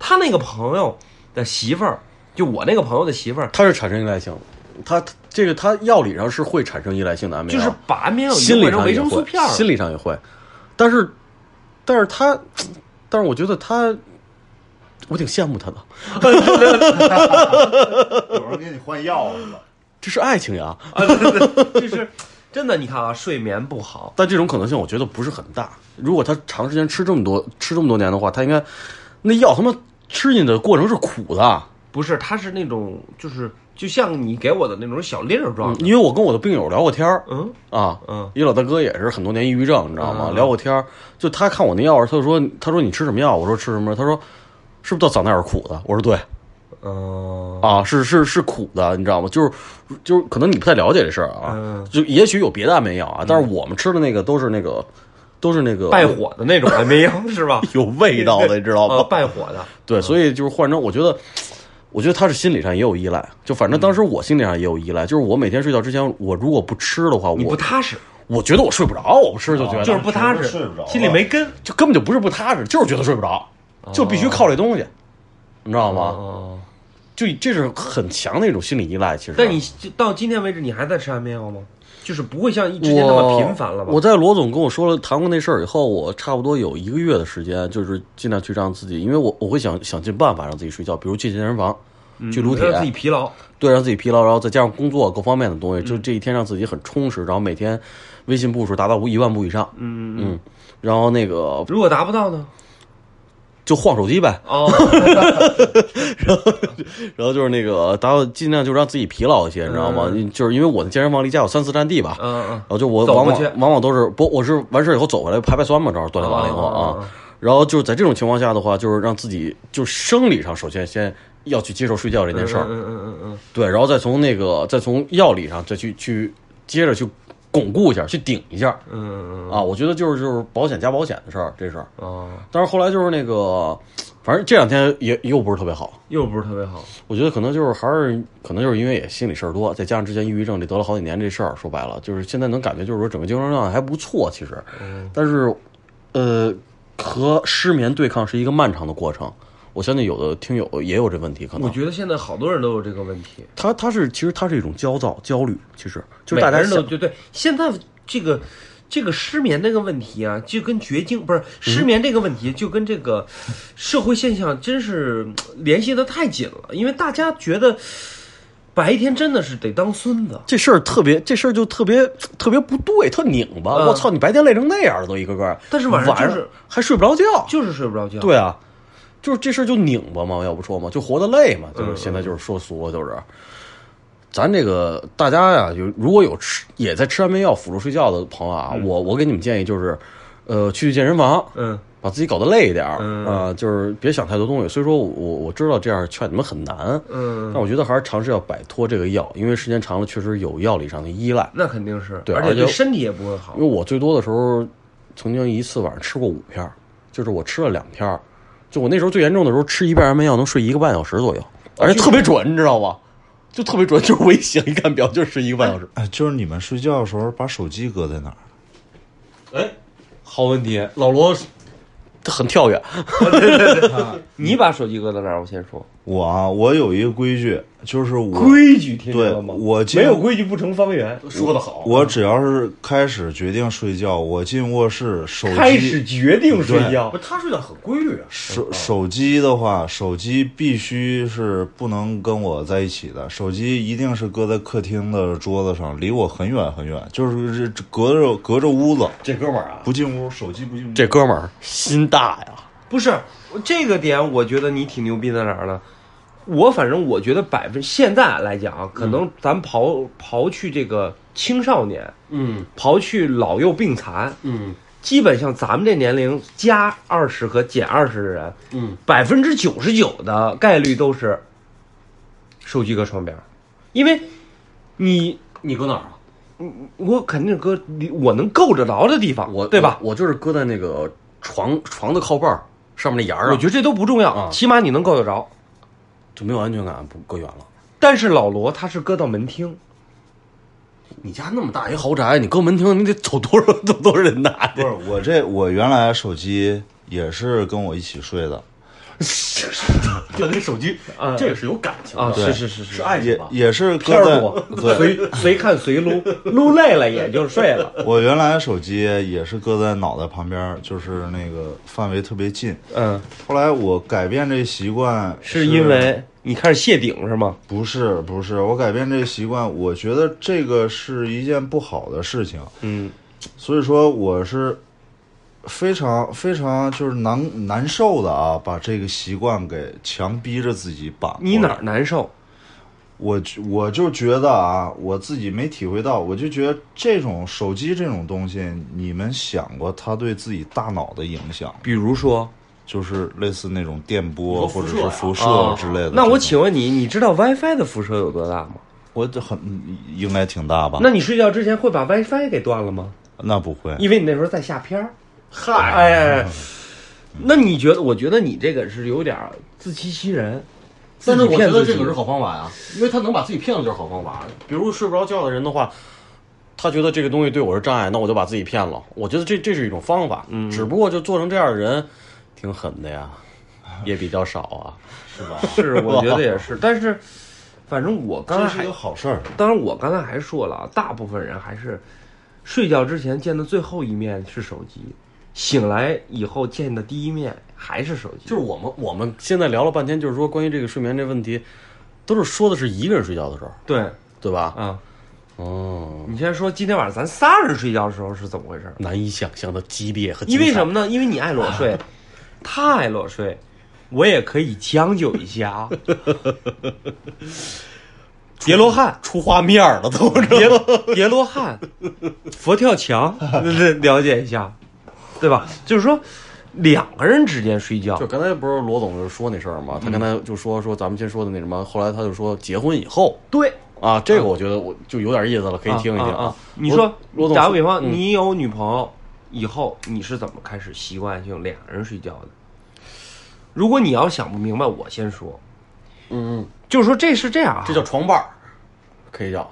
S1: 他那个朋友的媳妇儿，就我那个朋友的媳妇儿，
S2: 它是产生依赖性的，它这个它药理上是会产生依赖性的安眠
S1: 就
S2: 药，
S1: 是把安眠药
S2: 心理
S1: 换成
S2: 上
S1: 维
S2: 也
S1: 生素
S2: 会
S1: 片儿，，
S2: 心理上也会，但是但是它，但是我觉得它，我挺羡慕它的，
S3: 有人给你换药了。
S2: 这是爱情呀。
S1: 啊，对对对，就是真的。你看啊，睡眠不好，
S2: 但这种可能性我觉得不是很大。如果他长时间吃这么多吃这么多年的话，他应该那药他妈吃进去的过程是苦的。
S1: 不是，它是那种就是就像你给我的那种小粒儿状的，
S2: 因为我跟我的病友聊过天儿
S1: 嗯
S2: 啊，
S1: 嗯
S2: 一老大哥也是很多年抑郁症，你知道吗？
S1: 嗯
S2: 聊过天儿，就他看我那药，他就说他说你吃什么药？我说吃什么？他说是不是到嗓子眼儿苦的？我说对
S1: 嗯
S2: 啊，是是是苦的，你知道吗？就是就是可能你不太了解这事儿啊，
S1: 嗯
S2: 就也许有别的安眠药啊，但是我们吃的那个都是那个都是那个
S1: 败火的那 种安眠药是吧？
S2: 有味道的，你知道吗
S1: 呃，？败火的，
S2: 对，所以就是换成我觉得，我觉得他是心理上也有依赖，就反正当时
S1: 嗯
S2: 我心理上也有依赖，就是我每天睡觉之前，我如果不吃的话，
S1: 你不
S2: 我
S1: 踏实，
S2: 我觉得我睡不着，我不吃就觉得
S1: 就是不踏实，
S3: 睡不着了
S1: 心里没根。
S2: 就根本就不是不踏实，就是觉得睡不着，就必须靠这东西，你知道吗？
S1: 哦，
S2: 就这是很强的一种心理依赖，其实。
S1: 但你就到今天为止，你还在吃安眠药吗？就是不会像之前那么
S2: 我
S1: 频繁了吧？
S2: 我在罗总跟我说了谈过那事儿以后，我差不多有一个月的时间，就是尽量去让自己，因为我我会想想尽办法让自己睡觉，比如去健身房，去撸铁，
S1: 嗯让自己疲劳，
S2: 对，让自己疲劳，然后再加上工作各方面的东西，
S1: 嗯
S2: 就这一天让自己很充实，然后每天微信步数达到一万步以上，嗯嗯，然后那个
S1: 如果达不到 呢？
S2: 就晃手机呗，
S1: 哦，
S2: 然后就是那个达到尽量就让自己疲劳一些，你知道吗？就是因为我的健身房离家有三四站地吧，
S1: 嗯嗯
S2: 然后就我
S1: 走
S2: 往
S1: 过
S2: 往
S1: 去
S2: 往往都是不，我是完事儿以后走回来排排酸嘛，正好锻炼完了以后
S1: 嗯嗯嗯
S2: 啊，然后就是在这种情况下的话，就是让自己就生理上首先先要去接受睡觉这
S1: 嗯
S2: 件事儿，
S1: 嗯嗯嗯嗯嗯，
S2: 对，然后再从那个再从药理上再去去接着去巩固一下，去顶一下
S1: 嗯
S2: 啊。我觉得就是就是保险加保险的事儿，这事儿。
S1: 啊，
S2: 但是后来就是那个，反正这两天也又不是特别好。
S1: 又不是特别好，
S2: 我觉得可能就是还是可能就是因为也心理事儿多，再加上之前抑郁症这得了好几年这事儿，说白了就是现在能感觉就是说整个精神状态还不错，其实，但是，呃，和失眠对抗是一个漫长的过程。我相信有的听友也有这问题，可
S1: 我
S2: 能
S1: 觉得现在好多人都有这个问题，
S2: 他他是其实他是一种焦躁焦虑，其实就是大家
S1: 每个人都
S2: 想
S1: 对对，现在这个这个失眠这个问题啊，就跟绝经
S2: 嗯
S1: 不是失眠这个问题，就跟这个社会现象真是嗯联系的太紧了，因为大家觉得白天真的是得当孙子，
S2: 这事儿特别，这事儿就特别特别不对，特拧巴。
S1: 嗯
S2: 我操，你白天累成那样了都一个个儿，
S1: 但是晚
S2: 晚
S1: 上就是
S2: 还睡不着觉，
S1: 就是睡不着觉。
S2: 对啊，就是这事儿就拧巴嘛，要不说嘛，就活得累嘛，
S1: 嗯
S2: 就是现在就是说俗了，就是。咱这个大家呀、有如果有吃也在吃安眠药辅助睡觉的朋友啊，我我给你们建议就是，呃，去健身房，
S1: 嗯，
S2: 把自己搞得累一点儿啊、
S1: 嗯
S2: 就是别想太多东西。虽说我我我知道这样劝你们很难，
S1: 嗯，
S2: 但我觉得还是尝试要摆脱这个药，因为时间长了确实有药理上的依赖。
S1: 那肯定是，
S2: 对
S1: 而
S2: 而
S1: 且
S2: 且
S1: 对身体也不会好
S2: 因为。我最多的时候，曾经一次晚上吃过五片儿，就是我吃了两片儿，就我那时候最严重的时候，吃一片安眠药能睡一个半小时左右，而且特别准，你知道吧？就特别准， 就是我一醒一看表就是睡一个半小时。
S3: 哎，就是你们睡觉的时候把手机搁在哪儿？
S2: 哎，好问题，
S1: 老罗，
S2: 很跳跃。
S1: 你把手机搁在哪儿？我先说
S3: 我啊，我有一个规矩，就是我
S1: 矩，听
S3: 对我进
S1: 没有规矩不成方圆。
S4: 说的好，
S3: 我只要是开始决定睡觉，我进卧室手
S1: 开始
S3: 机
S1: 决定睡觉
S4: 不，，他睡觉很规律啊，
S3: 手手机的话，手机必须是不能跟我在一起的，手机一定是搁在客厅的桌子上，离我很远很远，就是这隔着隔着屋子
S2: 这哥们儿啊，
S3: 不进屋，手机不进屋。
S2: 这哥们儿心大呀，
S1: 不是这个点，我觉得你挺牛逼在哪儿呢？我反正我觉得百分现在来讲啊，可能咱刨刨去这个青少年，
S2: 嗯
S1: 刨去老幼病残，
S2: 嗯
S1: 基本上咱们这年龄加二十和减二十的人，
S2: 嗯，
S1: 百分之九十九的概率都是手机搁床边儿，因为你
S2: 你搁哪儿啊？
S1: 我肯定搁离我能够着着的地方，
S2: 我
S1: 对吧？
S2: 我？我就是搁在那个床床的靠背儿上面那沿儿
S1: 我
S2: 啊，
S1: 觉得这都不重要，
S2: 啊
S1: 起码你能够得着。
S2: 就没有安全感，不搁远了。
S1: 但是老罗他是搁到门厅，
S2: 你家那么大一豪宅，你搁门厅，你得走多少走多少人呐？
S3: 不是我这我原来手机也是跟我一起睡的，
S4: 这跟手机
S2: 嗯
S1: 啊
S4: 这个是有感情
S1: 啊，
S4: 的，
S1: 是是是是
S4: 是，爱情
S3: 也
S4: 吧？
S3: 也是搁
S1: 片儿
S3: 在
S1: 多
S3: 对。
S1: 随随看随撸，撸累了也就睡 了。
S3: 我原来手机也是搁在脑袋旁边儿，就是那个范围特别近。
S1: 嗯，
S3: 后来我改变这习惯
S1: 是因为你开始谢顶是吗？
S3: 不是不是，我改变这习惯，我觉得这个是一件不好的事情，
S1: 嗯，
S3: 所以说我是非常非常就是难难受的啊，把这个习惯给强逼着自己把。
S1: 你哪儿？难受？
S3: 我觉我就觉得啊，我自己没体会到，我就觉得这种手机这种东西，你们想过它对自己大脑的影响吗？
S1: 比如说，
S3: 就是类似那种电
S4: 你
S3: 波
S4: 说
S3: 或
S4: 辐
S3: 者
S4: 射
S3: 是
S4: 呀
S3: 辐射
S1: 啊
S3: 之类的这种。
S1: 那我请问你，你知道 WiFi 的辐射有多大吗？
S3: 我这很应该挺大吧？
S1: 那你睡觉之前会把 WiFi 给断了吗？
S3: 那不会，
S1: 因为你那时候在下片儿。
S4: 嗨，
S1: 哎，那你觉得？我觉得你这个是有点儿自欺欺人。
S2: 但
S1: 但是
S2: 是我
S1: 我
S2: 觉
S1: 觉
S2: 得
S1: 得
S2: 这
S1: 这
S2: 个
S1: 个
S2: 是
S1: 是
S2: 好
S1: 好
S2: 方法呀，因为他能把自己骗了就是好方法。比如睡不着觉的人的话，他觉得这个东西对我是障碍，那我就把自己骗了。我觉得这这是一种方法，嗯，只不过就做成这样的人，挺狠的 呀，也比较少啊。
S1: 是，我觉得也是。但是，反正我刚才
S3: 这是
S1: 还
S3: 一个好事儿。
S1: 当然，我刚才还说了，啊，大部分人还是睡觉之前见的最后一面是手机，醒来以后见的第一面还是手机。
S2: 就是我们我们现在聊了半天，就是说关于这个睡眠这问题，都是说的是一个人睡觉的时候，
S1: 对
S2: 对吧？
S1: 啊，
S2: 哦，
S1: 你先说今天晚上咱仨人睡觉的时候是怎么回事？
S2: 难以想象的激烈和
S1: 因为什
S2: 么？
S1: 么呢？因为你爱裸 睡，他爱裸睡，我也可以将就一下 啊。叠罗汉，
S2: 出画面了都，
S1: 叠 叠罗汉，佛跳墙， 了解一下，对吧？就是说，两个人之间睡觉
S2: 就，刚才不是嗯罗总就说那事儿吗？他刚才就说说咱们先说的那什么，后来他就说结婚以后
S1: 对，
S2: 啊，这个我觉得我就有点意思了，可以听一听
S1: 啊啊啊
S2: 我
S1: 你说，
S2: 罗总
S1: 打个
S2: 说
S1: 比方，
S2: 嗯
S1: 你有女朋友以后，你是怎么开始习惯性俩人睡觉的？如果你要想不明白，我先说，
S2: 嗯嗯，
S1: 就是说这是这样啊，
S2: 这叫床伴儿，可以叫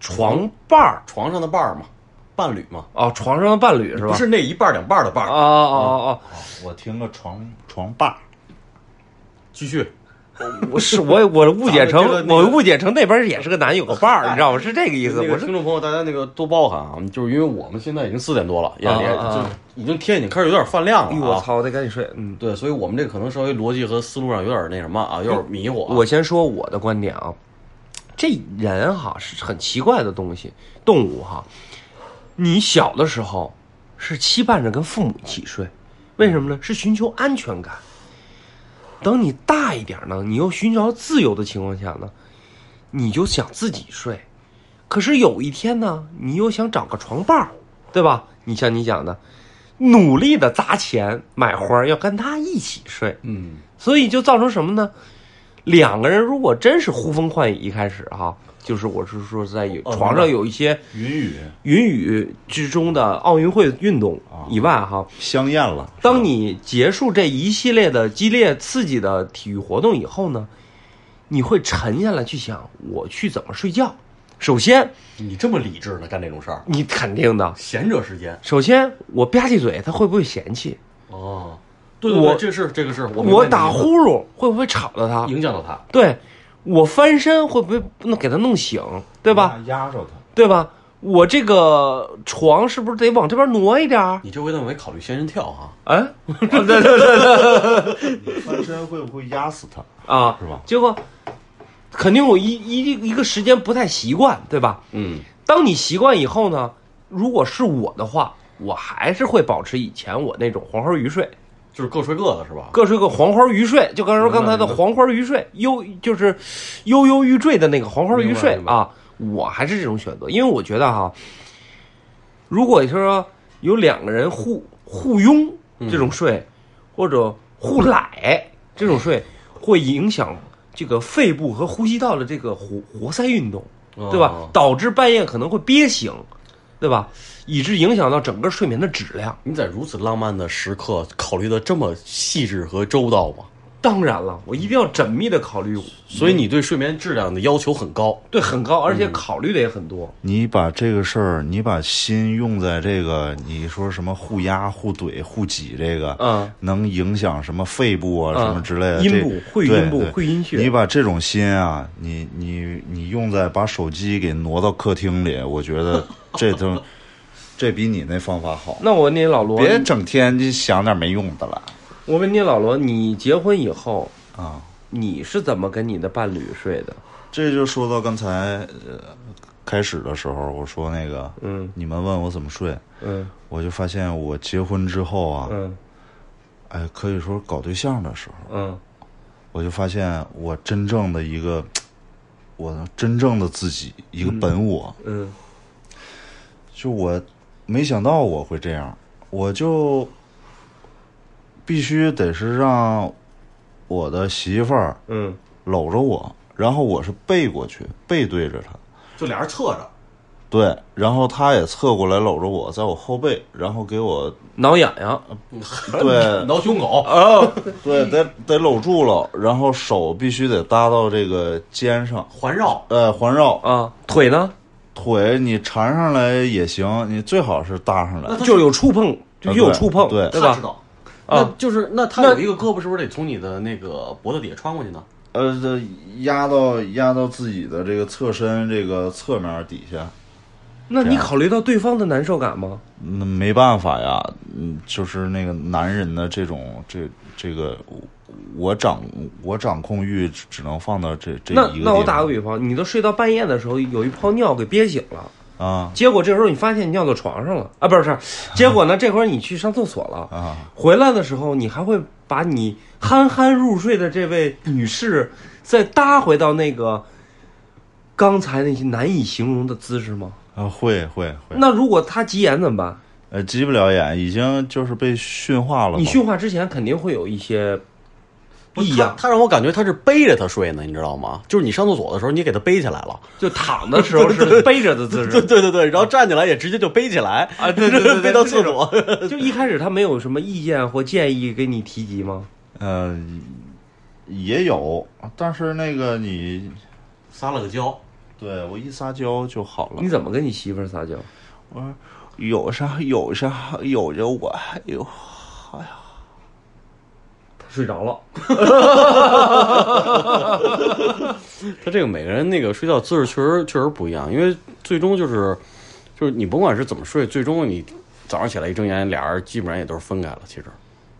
S1: 床伴儿
S2: 床上的伴儿嘛，伴侣嘛，
S1: 哦，床上的伴侣是吧？
S2: 不是那啊一半儿两半儿的伴
S1: 哦
S2: 儿。
S1: 哦哦
S3: 啊我听个床床把，
S2: 继续，
S1: 哦，我是我我误解成
S2: 咱们这个那
S1: 我
S2: 个
S1: 误解成那边也是个男有个伴儿，你知道吗？是这个意思，
S2: 那
S1: 我
S2: 个
S1: 是
S2: 听众朋友，大家那个多包涵啊，就是因为我们现在已经四点多了，也
S1: 啊
S2: 也
S1: 啊
S2: 就
S1: 啊
S2: 已经天已经开始有点泛亮
S1: 哎呦
S2: 了
S1: 我
S2: 啊。
S1: 操，我得赶紧睡，嗯。
S2: 对，所以我们这可能稍微逻辑和思路上有点那什么啊，有点迷糊啊。
S1: 我先说我的观点啊，这人哈是很奇怪的东西，动物哈，你小的时候是期盼着跟父母一起睡，为什么呢？是寻求安全感。等你大一点呢，你又寻找自由的情况下呢，你就想自己睡。可是有一天呢，你又想找个床伴儿，对吧？你像你讲的，努力的砸钱买花儿，要跟他一起睡。
S2: 嗯，
S1: 所以就造成什么呢？两个人如果真是呼风唤雨，一开始哈、就是我是说在有
S2: 哦
S1: 床上有一些
S3: 云雨
S1: 云雨之中的奥运会运动
S2: 啊
S1: 以外哈、
S3: 香艳了，
S1: 当你结束这一系列的激烈刺激的体育活动以后呢，你会沉下来去想我去怎么睡觉。首先，
S2: 你这么理智呢，干这种事儿，
S1: 你肯定的，
S2: 闲者时间
S1: 首先我吧唧嘴，他会不会嫌弃？
S2: 哦。对对对，
S1: 我
S2: 这是这个是我明白
S1: 我
S2: 你
S1: 打
S2: 的意思
S1: 呼噜会不会吵到他？
S2: 影响到他，
S1: 对，我翻身会不会不能给他弄醒？对吧？？
S3: 压着他，
S1: 对吧？我这个床是不是得往这边挪一点儿？
S2: 你这回怎么没考虑仙人跳啊？
S1: 哎，对对对对
S3: 翻身会不会压死他？
S1: 啊，
S3: 是吧
S1: 结果肯定我一一一个时间不太习惯，对吧？
S2: 嗯，
S1: 当你习惯以后呢，如果是我的话，我还是会保持以前我那种黄花鱼睡，
S2: 就是各睡各的是吧？
S1: 各睡个黄花鱼睡，就刚才说
S2: 明白
S1: 刚才的
S2: 明白
S1: 黄花鱼睡，悠就是悠悠欲坠的那个黄花鱼睡
S2: 明白明白
S1: 啊，我还是这种选择，因为我觉得哈、如果说有两个人互互拥
S2: 嗯
S1: 这种睡，或者互奶这种睡，会影响这个肺部和呼吸道的这个活活塞运动，对吧？
S2: 哦
S1: 导致半夜可能会憋醒，对吧？以致影响到整个睡眠的质量。
S2: 你在如此浪漫的时刻考虑的这么细致和周到吗？
S1: 当然了，我一定要缜密的考虑，
S2: 所以你对睡眠质量的要求很高。
S1: 对，很高，而且
S3: 嗯
S1: 考虑的也很多。
S3: 你把这个事儿，你把心用在这个，你说什么互压、互怼、互挤这个，
S1: 嗯，
S3: 能影响什么肺部啊、
S1: 嗯
S3: 什么之类的，
S1: 阴
S3: 这
S1: 部会
S3: 对
S1: 阴部
S3: 对
S1: 会阴血
S3: 你把这种心啊，你你你用在把手机给挪到客厅里，我 觉得这都这比你那方法好。
S1: 那我问你老罗，
S3: 别整天就想点没用的了
S1: 我问你老罗，你结婚以后
S3: 啊！
S1: 你是怎么跟你的伴侣睡的？
S3: 这就说到刚才呃开始的时候，我说那个，
S1: 嗯，
S3: 你们问我怎么睡，
S1: 嗯
S3: 我就发现我结婚之后啊，
S1: 嗯
S3: 哎，可以说搞对象的时候，
S1: 嗯
S3: 我就发现我真正的一个，我真正的自己，一个本我，
S1: 嗯
S3: 就我没想到我会这样，我就必须得是让我的媳妇儿
S1: 嗯，
S3: 搂着我，然后我是背过去，背对着她，
S4: 就俩人侧着，
S3: 对，然后她也侧过来搂着我，在我后背，然后给我
S1: 挠痒痒，
S3: 对
S2: 挠胸口，
S3: 哦对得得搂住了，然后手必须得搭到这个肩上，
S2: 环绕，
S3: 呃，环绕
S1: 啊，腿呢
S3: 腿你缠上来也行，你最好是搭上来。
S1: 就是有触碰，就
S3: 啊
S1: 有
S3: 对
S1: 触碰，
S3: 对
S1: 对
S4: 他
S1: 吧
S4: 知？道，
S2: 那
S1: 啊
S2: 就是那他
S1: 那
S2: 有一个胳膊是不是得从你的那个脖子底下穿过去呢？
S3: 呃，这压到压到自己的这个侧身这个侧面底下，
S1: 那你考虑到对方的难受感吗？
S3: 那没办法呀，嗯，就是那个男人的这种这这个，我掌我掌控欲只只能放到这这一
S1: 那
S3: 个啊地方。
S1: 那我打个比方，你都睡到半夜的时候，有一泡尿给憋醒了，
S3: 啊
S1: 结果这时候你发现你尿到床上了啊，不是，是结果呢，这会儿你去上厕所了，
S3: 啊，
S1: 回来的时候，你还会把你酣酣入睡的这位女士再搭回到那个刚才那些难以形容的姿势吗？
S3: 啊会会会，
S1: 那如果她急眼怎么办？
S3: 呃，急不了眼，已经就是被驯化了嘛。
S1: 你驯化之前肯定会有一些
S2: 异样。他让我感觉他是背着他睡呢，你知道吗？就是你上厕所的时候，你给他背起来了。
S1: 就躺的时候是背着的姿
S2: 对
S1: 势。
S2: 对对对，然后站起来也直接就背起来
S1: 啊对对 对对
S2: 背到厕所。
S1: 就一开始他没有什么意见或建议给你提及吗？
S3: 呃，也有，但是那个你，
S2: 撒了个娇，
S3: 对我一撒娇就好了
S1: 你。怎么跟你媳妇儿撒娇？
S3: 我说有啥有啥有着我，哎呦，哎呀，
S1: 她睡着了，
S2: 他这个每个人那个睡觉姿势确实确实不一样，因为最终就是就是你甭管是怎么睡，最终你早上起来一睁眼，俩人基本上也都是分开了。其实，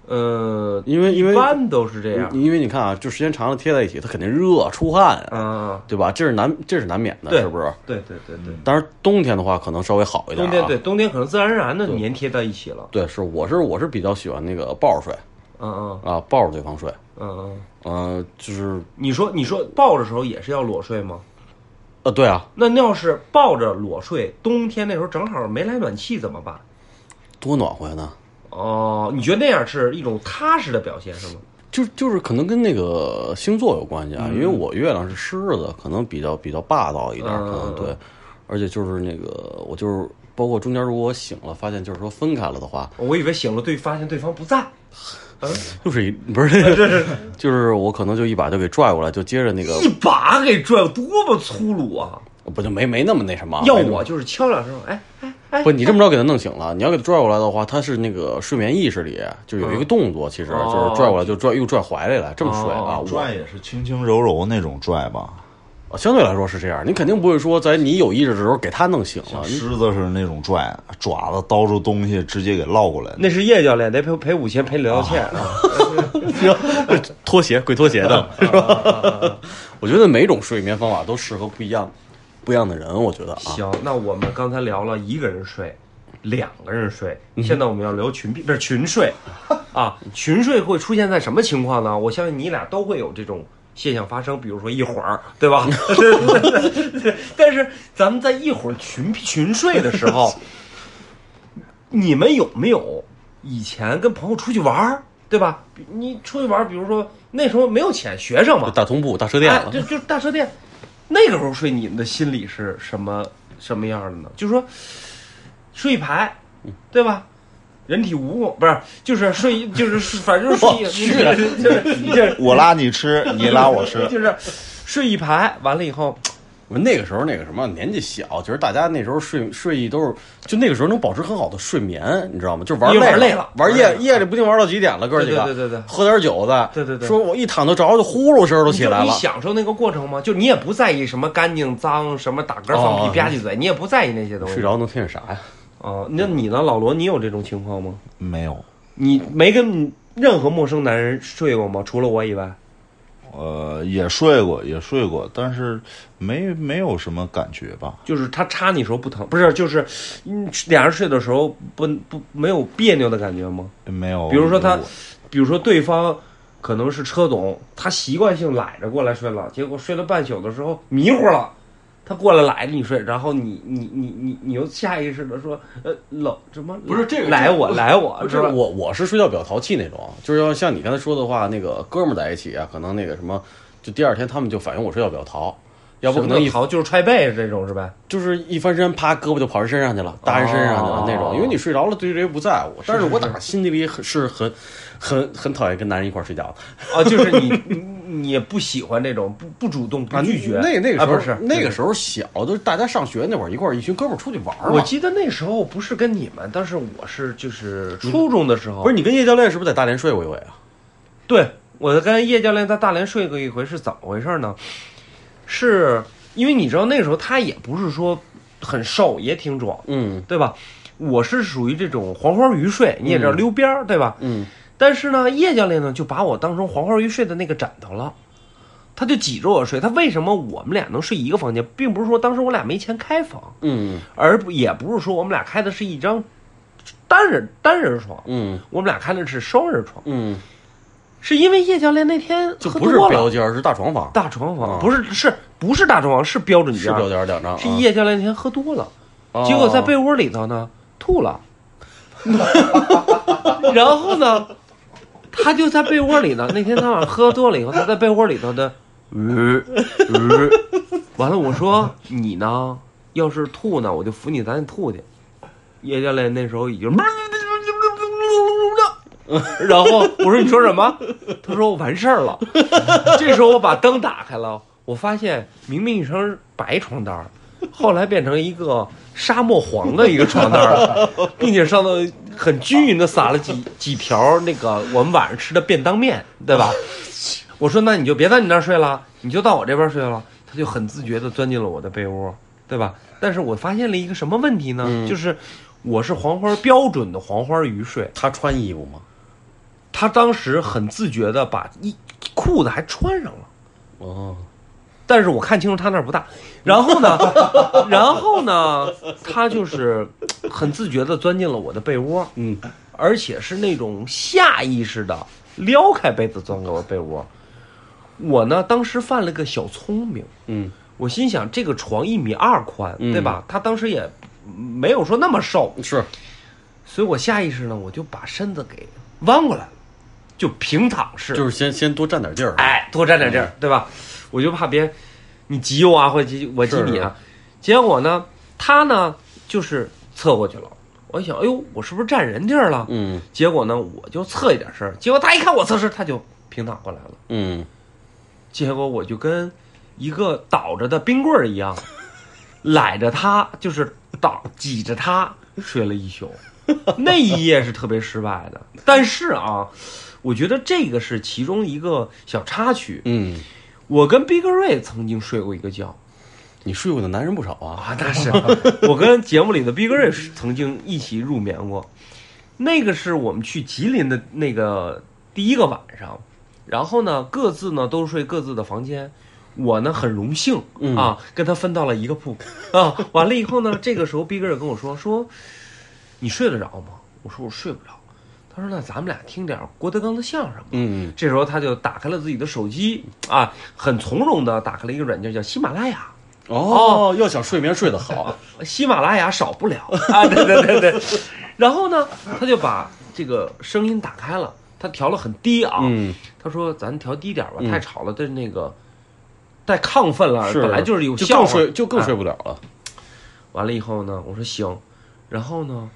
S1: 呃，
S2: 因为因为
S1: 一般都是这样。
S2: 因为你看啊，就时间长了贴在一起，他肯定热出汗啊，
S1: 嗯，
S2: 对吧？这是难这是难免的，
S1: 对
S2: 是不是？
S1: 对对对对，
S2: 但是冬天的话，可能稍微好一点、
S1: 冬
S2: 嗯啊。
S1: 天对冬天可能自然而然的粘贴在一起了。
S2: 对，是我是我是比较喜欢那个抱着睡
S1: 嗯嗯
S2: 啊，抱着对方睡。
S1: 嗯嗯，
S2: 呃，就是
S1: 你说你说抱着时候也是要裸睡吗？
S2: 呃，对啊，
S1: 那那要是抱着裸睡，冬天那时候正好没来暖气怎么办？
S2: 多暖和呀呢。
S1: 哦，你觉得那样是一种踏实的表现是吗？
S2: 就就是可能跟那个星座有关系啊，因为我月亮是狮子，可能比较比较霸道一点，可能对，而且就是那个我就是包括中间如果我醒了，发现就是说分开了的话，
S1: 我以为醒了对，发现对方不在。啊
S2: 就是一 不是就是我可能就一把就给拽过来，就接着那个
S1: 一把给拽，多么粗鲁啊！
S2: 不就没没那么那什么，啊
S1: 要
S2: 没那么
S1: 我就是敲两声，哎哎哎，
S2: 不，你这么着给他弄醒了。你要给他拽过来的话，他是那个睡眠意识里就有一个动作，其实就
S1: 嗯哦
S2: 是拽过来就拽，又拽怀里来，这么睡啊。我
S3: 拽也是轻轻柔柔那种拽吧，
S2: 相对来说是这样，你肯定不会说在你有意识的时候给他弄醒了。你
S3: 狮子是那种拽，爪子叨住东西直接给落过来。
S1: 那是叶教练得赔赔五千，赔两道歉啊！
S2: 拖鞋，鬼拖鞋的，是吧？我觉得每种睡眠方法都适合不一样、不一样的人。我觉得啊，
S1: 行，那我们刚才聊了一个人睡，两个人睡，现在我们要聊群闭，不是群睡啊？群睡会出现在什么情况呢？我相信你俩都会有这种现象发生，比如说一会儿，对吧？ 但是咱们在一会儿群群睡的时候，你们有没有以前跟朋友出去玩儿，对吧？比你出去玩儿，比如说那时候没有钱，学生嘛，
S2: 大通铺、大车店
S1: 哎
S2: 了，
S1: 就就是大车店，那个时候睡，你们的心理是什么什么样的呢？就说睡一排，对吧？人体蜈蚣不是，就是睡一，就是反正就是睡一，就是 就是就是，
S3: 我拉 你吃，你拉我 吃
S1: 就是睡一排，完了以后，
S2: 我那个时候那个什么年纪小，就是大家那时候睡睡意都是，就那个时候能保持很好的睡眠，你知道吗？就玩
S1: 因为玩
S2: 累
S1: 累了
S2: 玩
S1: 玩
S2: 夜
S1: 累了
S2: 夜里不定玩到几点了，哥儿几个，
S1: 对对对对对
S2: 喝点酒的，
S1: 对对对
S2: 说我一躺就着就呼噜声都
S1: 你
S2: 起
S1: 就
S2: 来
S1: 你
S2: 了，
S1: 享受那个过程吗？就你也不在意什么干净脏，什么打嗝放
S2: 哦
S1: 屁吧唧嘴，你也不在意那些东西。
S2: 睡着能听见啥呀？
S1: 哦，那你呢，老罗？你有这种情况吗？
S3: 没有，
S1: 你没跟任何陌生男人睡过吗？除了我以外？
S3: 呃，也睡过，也睡过，但是没没有什么感觉吧。
S1: 就是他插你时候不疼，不是，就是嗯，俩人睡的时候不不没有别扭的感觉吗？
S3: 没有，
S1: 比如说他
S3: 我
S1: 比如说对方可能是车总，他习惯性揽着过来睡了，结果睡了半宿的时候迷糊了，他过来揽着你睡，然后你你你你你又下意识的说，呃，老什么
S4: 不是这个
S1: 来我
S4: 这
S1: 来我
S2: 不是
S1: 是吧？
S2: 我，我是睡觉比较淘气那种，就是要像你刚才说的话，那个哥们儿在一起啊，可能那个什么，就第二天他们就反映我睡觉比较淘，要不可能一
S1: 逃就是踹背这种是呗？
S2: 就是一翻身，啪，胳膊就跑人身上去了，搭人身上去了那
S1: 哦
S2: 种。因为你睡着了，对这些不在乎。但是我打心底里很是很很很讨厌跟男人一块儿睡觉的。
S1: 啊，就是你你你也不喜欢这种不不主动不拒绝，
S2: 那那个时
S1: 啊
S2: 候、
S1: 不是
S2: 那个时候小，就是大家上学那会儿，一块儿一群哥们儿出去玩儿
S1: 我
S2: 嘛。
S1: 记得那时候不是跟你们，但是我是就是初中的时候，
S2: 不是你跟叶教练是不是在大连睡过一回啊？
S1: 对我跟叶教练在大连睡过一回，是怎么回事呢？是因为你知道那时候他也不是说很瘦，也挺壮，
S2: 嗯
S1: 对吧？我是属于这种黄花鱼睡，你也知道溜边儿，对吧？
S2: 嗯，
S1: 但是呢，叶教练呢就把我当成黄花鱼睡的那个枕头了，他就挤着我睡。他为什么我们俩能睡一个房间，并不是说当时我俩没钱开房，
S2: 嗯
S1: 而不也不是说我们俩开的是一张单人单人床，
S2: 嗯
S1: 我们俩开的是双人床，
S2: 嗯，
S1: 是因为叶教练那天
S2: 就
S1: 喝
S2: 不是
S1: 多
S2: 标
S1: 了，
S2: 间儿，是大床房，
S1: 大床房、
S2: 啊
S1: 不是是不是大床房是标准
S2: 是
S1: 间儿，
S2: 标间儿两张啊。
S1: 是叶教练那天喝多了，
S2: 哦
S1: 结果在被 窝里头呢吐了，然后呢，他就在被窝里呢。那天他晚上喝多了以后，他在被窝里头的，呃呃，完了我说你呢，要是吐呢，我就扶你，咱就吐去。叶教练那时候已经，然后我说你说什么？他说完事儿了。这时候我把灯打开了，我发现明明一张白床单儿，后来变成一个沙漠黄的一个床单儿，并且上头很均匀的撒了几几条那个我们晚上吃的便当面，对吧？我说那你就别在你那儿睡了，你就到我这边睡了。他就很自觉地钻进了我的被窝，对吧？但是我发现了一个什么问题呢？就是我是黄花标准的黄花鱼睡，
S2: 他穿衣服吗？
S1: 他当时很自觉地把一裤子还穿上了。
S2: 哦，
S1: 但是我看清楚他那儿不大。然后呢，然后呢，他就是很自觉地钻进了我的被窝，
S2: 嗯，
S1: 而且是那种下意识的撩开被子钻给我被窝。我呢，当时犯了个小聪明，
S2: 嗯，
S1: 我心想这个床一米二宽，
S2: 嗯
S1: 对吧？他当时也没有说那么瘦，
S2: 是，
S1: 所以我下意识呢，我就把身子给弯过来了，就平躺式，
S2: 就是先先多占点地儿。，
S1: 哎，多占点地儿，对吧？我就怕别人你挤我啊，或者挤我挤你啊。结果呢，他呢就是侧过去了。我一想，哎呦，我是不是占人地儿了？
S2: 嗯
S1: 结果呢，我就侧一点身儿。结果他一看我侧身，他就平躺过来了。
S2: 嗯，
S1: 结果我就跟一个倒着的冰棍儿一样，揽着他，就是倒挤着他睡了一宿。那一夜是特别失败的，但是啊，我觉得这个是其中一个小插曲。
S2: 嗯，
S1: 我跟毕克瑞曾经睡过一个觉
S2: 你睡过的男人不少啊。
S1: 啊，那是 我跟节目里的毕克瑞是曾经一起入眠过。那个是我们去吉林的那个第一个晚上，然后呢，各自呢都睡各自的房间。我呢很荣幸
S2: 嗯
S1: 啊，跟他分到了一个铺啊。完了以后呢，这个时候毕克瑞跟我说说，你睡得着吗？我说我睡不着。他说那咱们俩听点儿郭德纲的相声吧。
S2: 嗯
S1: 这时候他就打开了自己的手机啊，很从容的打开了一个软件叫喜马拉雅。
S2: 哦，要想睡眠睡得好，
S1: 喜马拉雅少不了啊，对对对对。然后呢，他就把这个声音打开了，他调了很低啊。
S2: 嗯
S1: 他说：“咱调低点儿吧，
S2: 嗯
S1: 太吵了，对那个太亢奋了，
S2: 是，
S1: 本来就是有
S2: 就
S1: 笑
S2: 更
S1: 话
S2: 睡就更
S1: 哎
S2: 睡不了了。
S1: 完了以后呢，我说行，然后呢，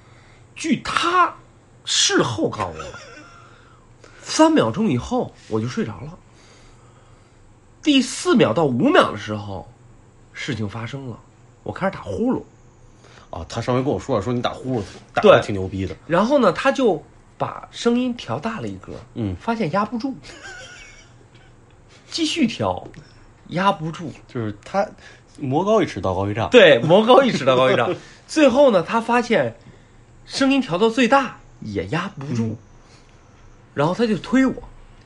S1: 据他事后告我，三秒钟以后我就睡着了。第四秒到五秒的时候，事情发生了，我开始打呼噜，
S2: 啊，他上回跟我说了，说你打呼噜打
S1: 对
S2: 的挺牛逼的。
S1: 然后呢，他就把声音调大了一格，
S2: 嗯
S1: 发现压不住，继续调，压不住，
S2: 就是他魔高一尺，道高一丈。
S1: 对，魔高一尺，道高一丈。最后呢，他发现声音调到最大也压不住，然后他就推我。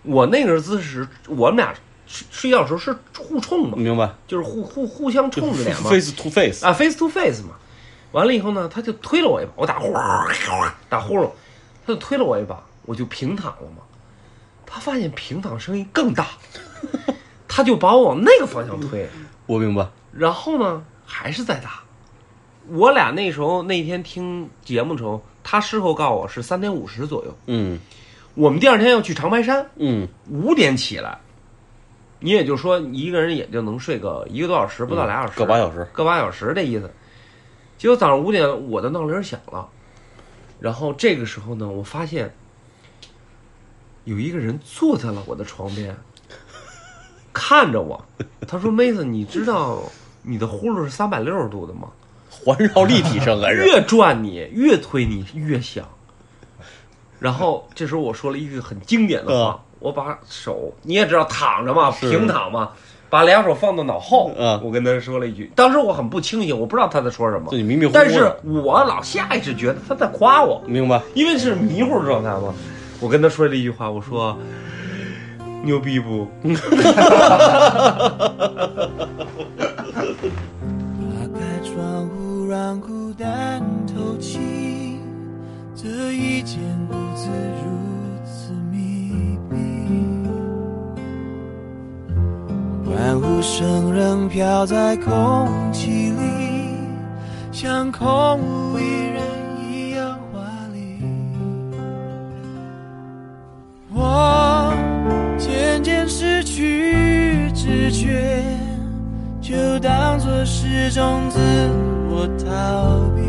S1: 我那个姿势，我们俩睡睡觉的时候是互冲嘛，
S2: 明白？
S1: 就是互互互相冲着脸嘛，
S2: face to face，
S1: 啊，face to face 嘛。完了以后呢，他就推了我一把，我打呼噜，打呼噜，他就推了我一把，我就平躺了嘛。他发现平躺声音更大，他就把我往那个方向推。
S2: 我明白。
S1: 然后呢，还是在打。我俩那时候那天听节目的时候，他事后告我是三点五十左右。
S2: 嗯
S1: 我们第二天要去长白山，
S2: 嗯
S1: 五点起来，你也就说一个人也就能睡个一个多小时，不到俩小时，
S2: 各嗯八小时
S1: 各八小时这意思。结果早上五点，我的闹铃响了，然后这个时候呢，我发现有一个人坐在了我的床边，看着我。他说：“妹子，你知道你的呼噜是三百六十度的吗？
S2: 环绕立体声还 是？
S1: 越转你，越推你，越响。”然 后这时候我说了一句很经典的话
S2: 啊：“
S1: 我把手，你也知道躺着嘛，
S2: 是
S1: 平躺嘛。”把两手放到脑后，
S2: 啊
S1: 我跟他说了一句，当时我很不清醒，我不知道他在说什么，
S2: 就你迷迷糊糊的
S1: 但是我老下意识觉得他在夸我，
S2: 明白？
S1: 因为是迷糊状态嘛。我跟他说了一句话，我说：“牛逼不？”
S5: 我知觉，就当作是种自我逃避。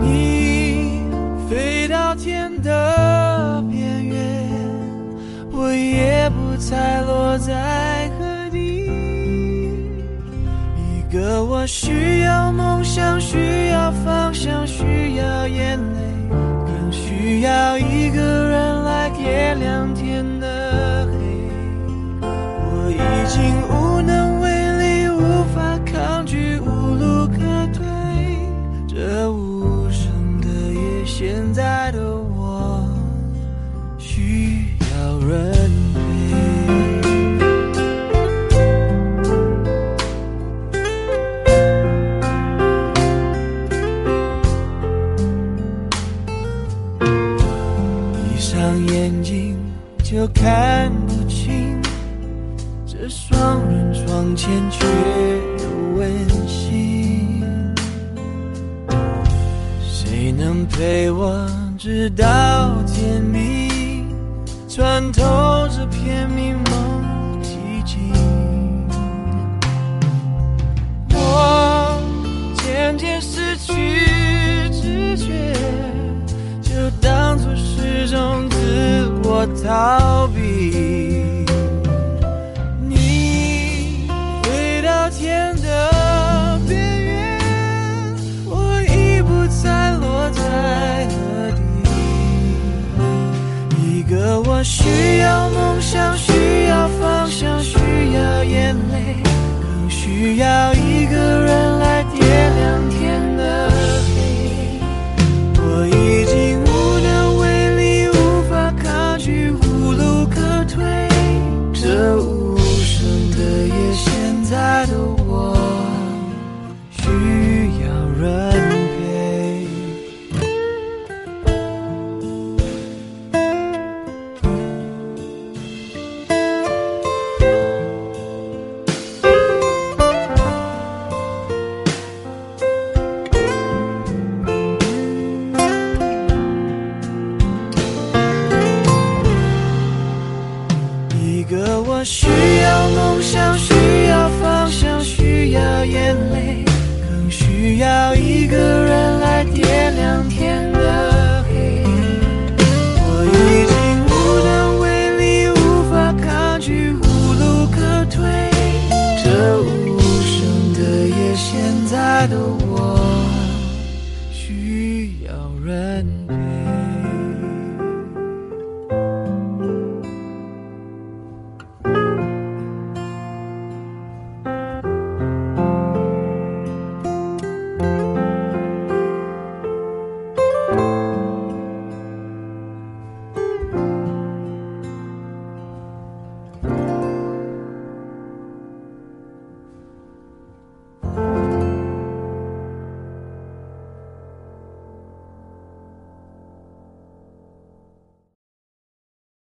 S5: 你飞到天的边缘，我也不再落在何地。一个我需要梦想，需要方向，需要眼泪，更需要一个人来点亮天的黑。我已经无能为力，无法抗拒，无路可退。这无声的夜，现在的我需要人陪。闭上眼睛就看不清，这双人床前却又温馨。谁能陪我直到天明，穿透这片迷蒙寂静？我渐渐失去知觉，就当作是种自我逃避。你回到天的边缘，我已不再落在何地。一个我需要梦想，需要方向，需要眼泪，更需要一个人来点亮天的黑。我已经无能为力，无法抗拒，无路可退。这无声的夜，现在的我需要人陪。一个我需要梦想，需要方向，需要眼泪，更需要一个人来点亮天的黑。我已经无能为力，无法抗拒，无路可退。这无声的夜，现在的我需要人陪。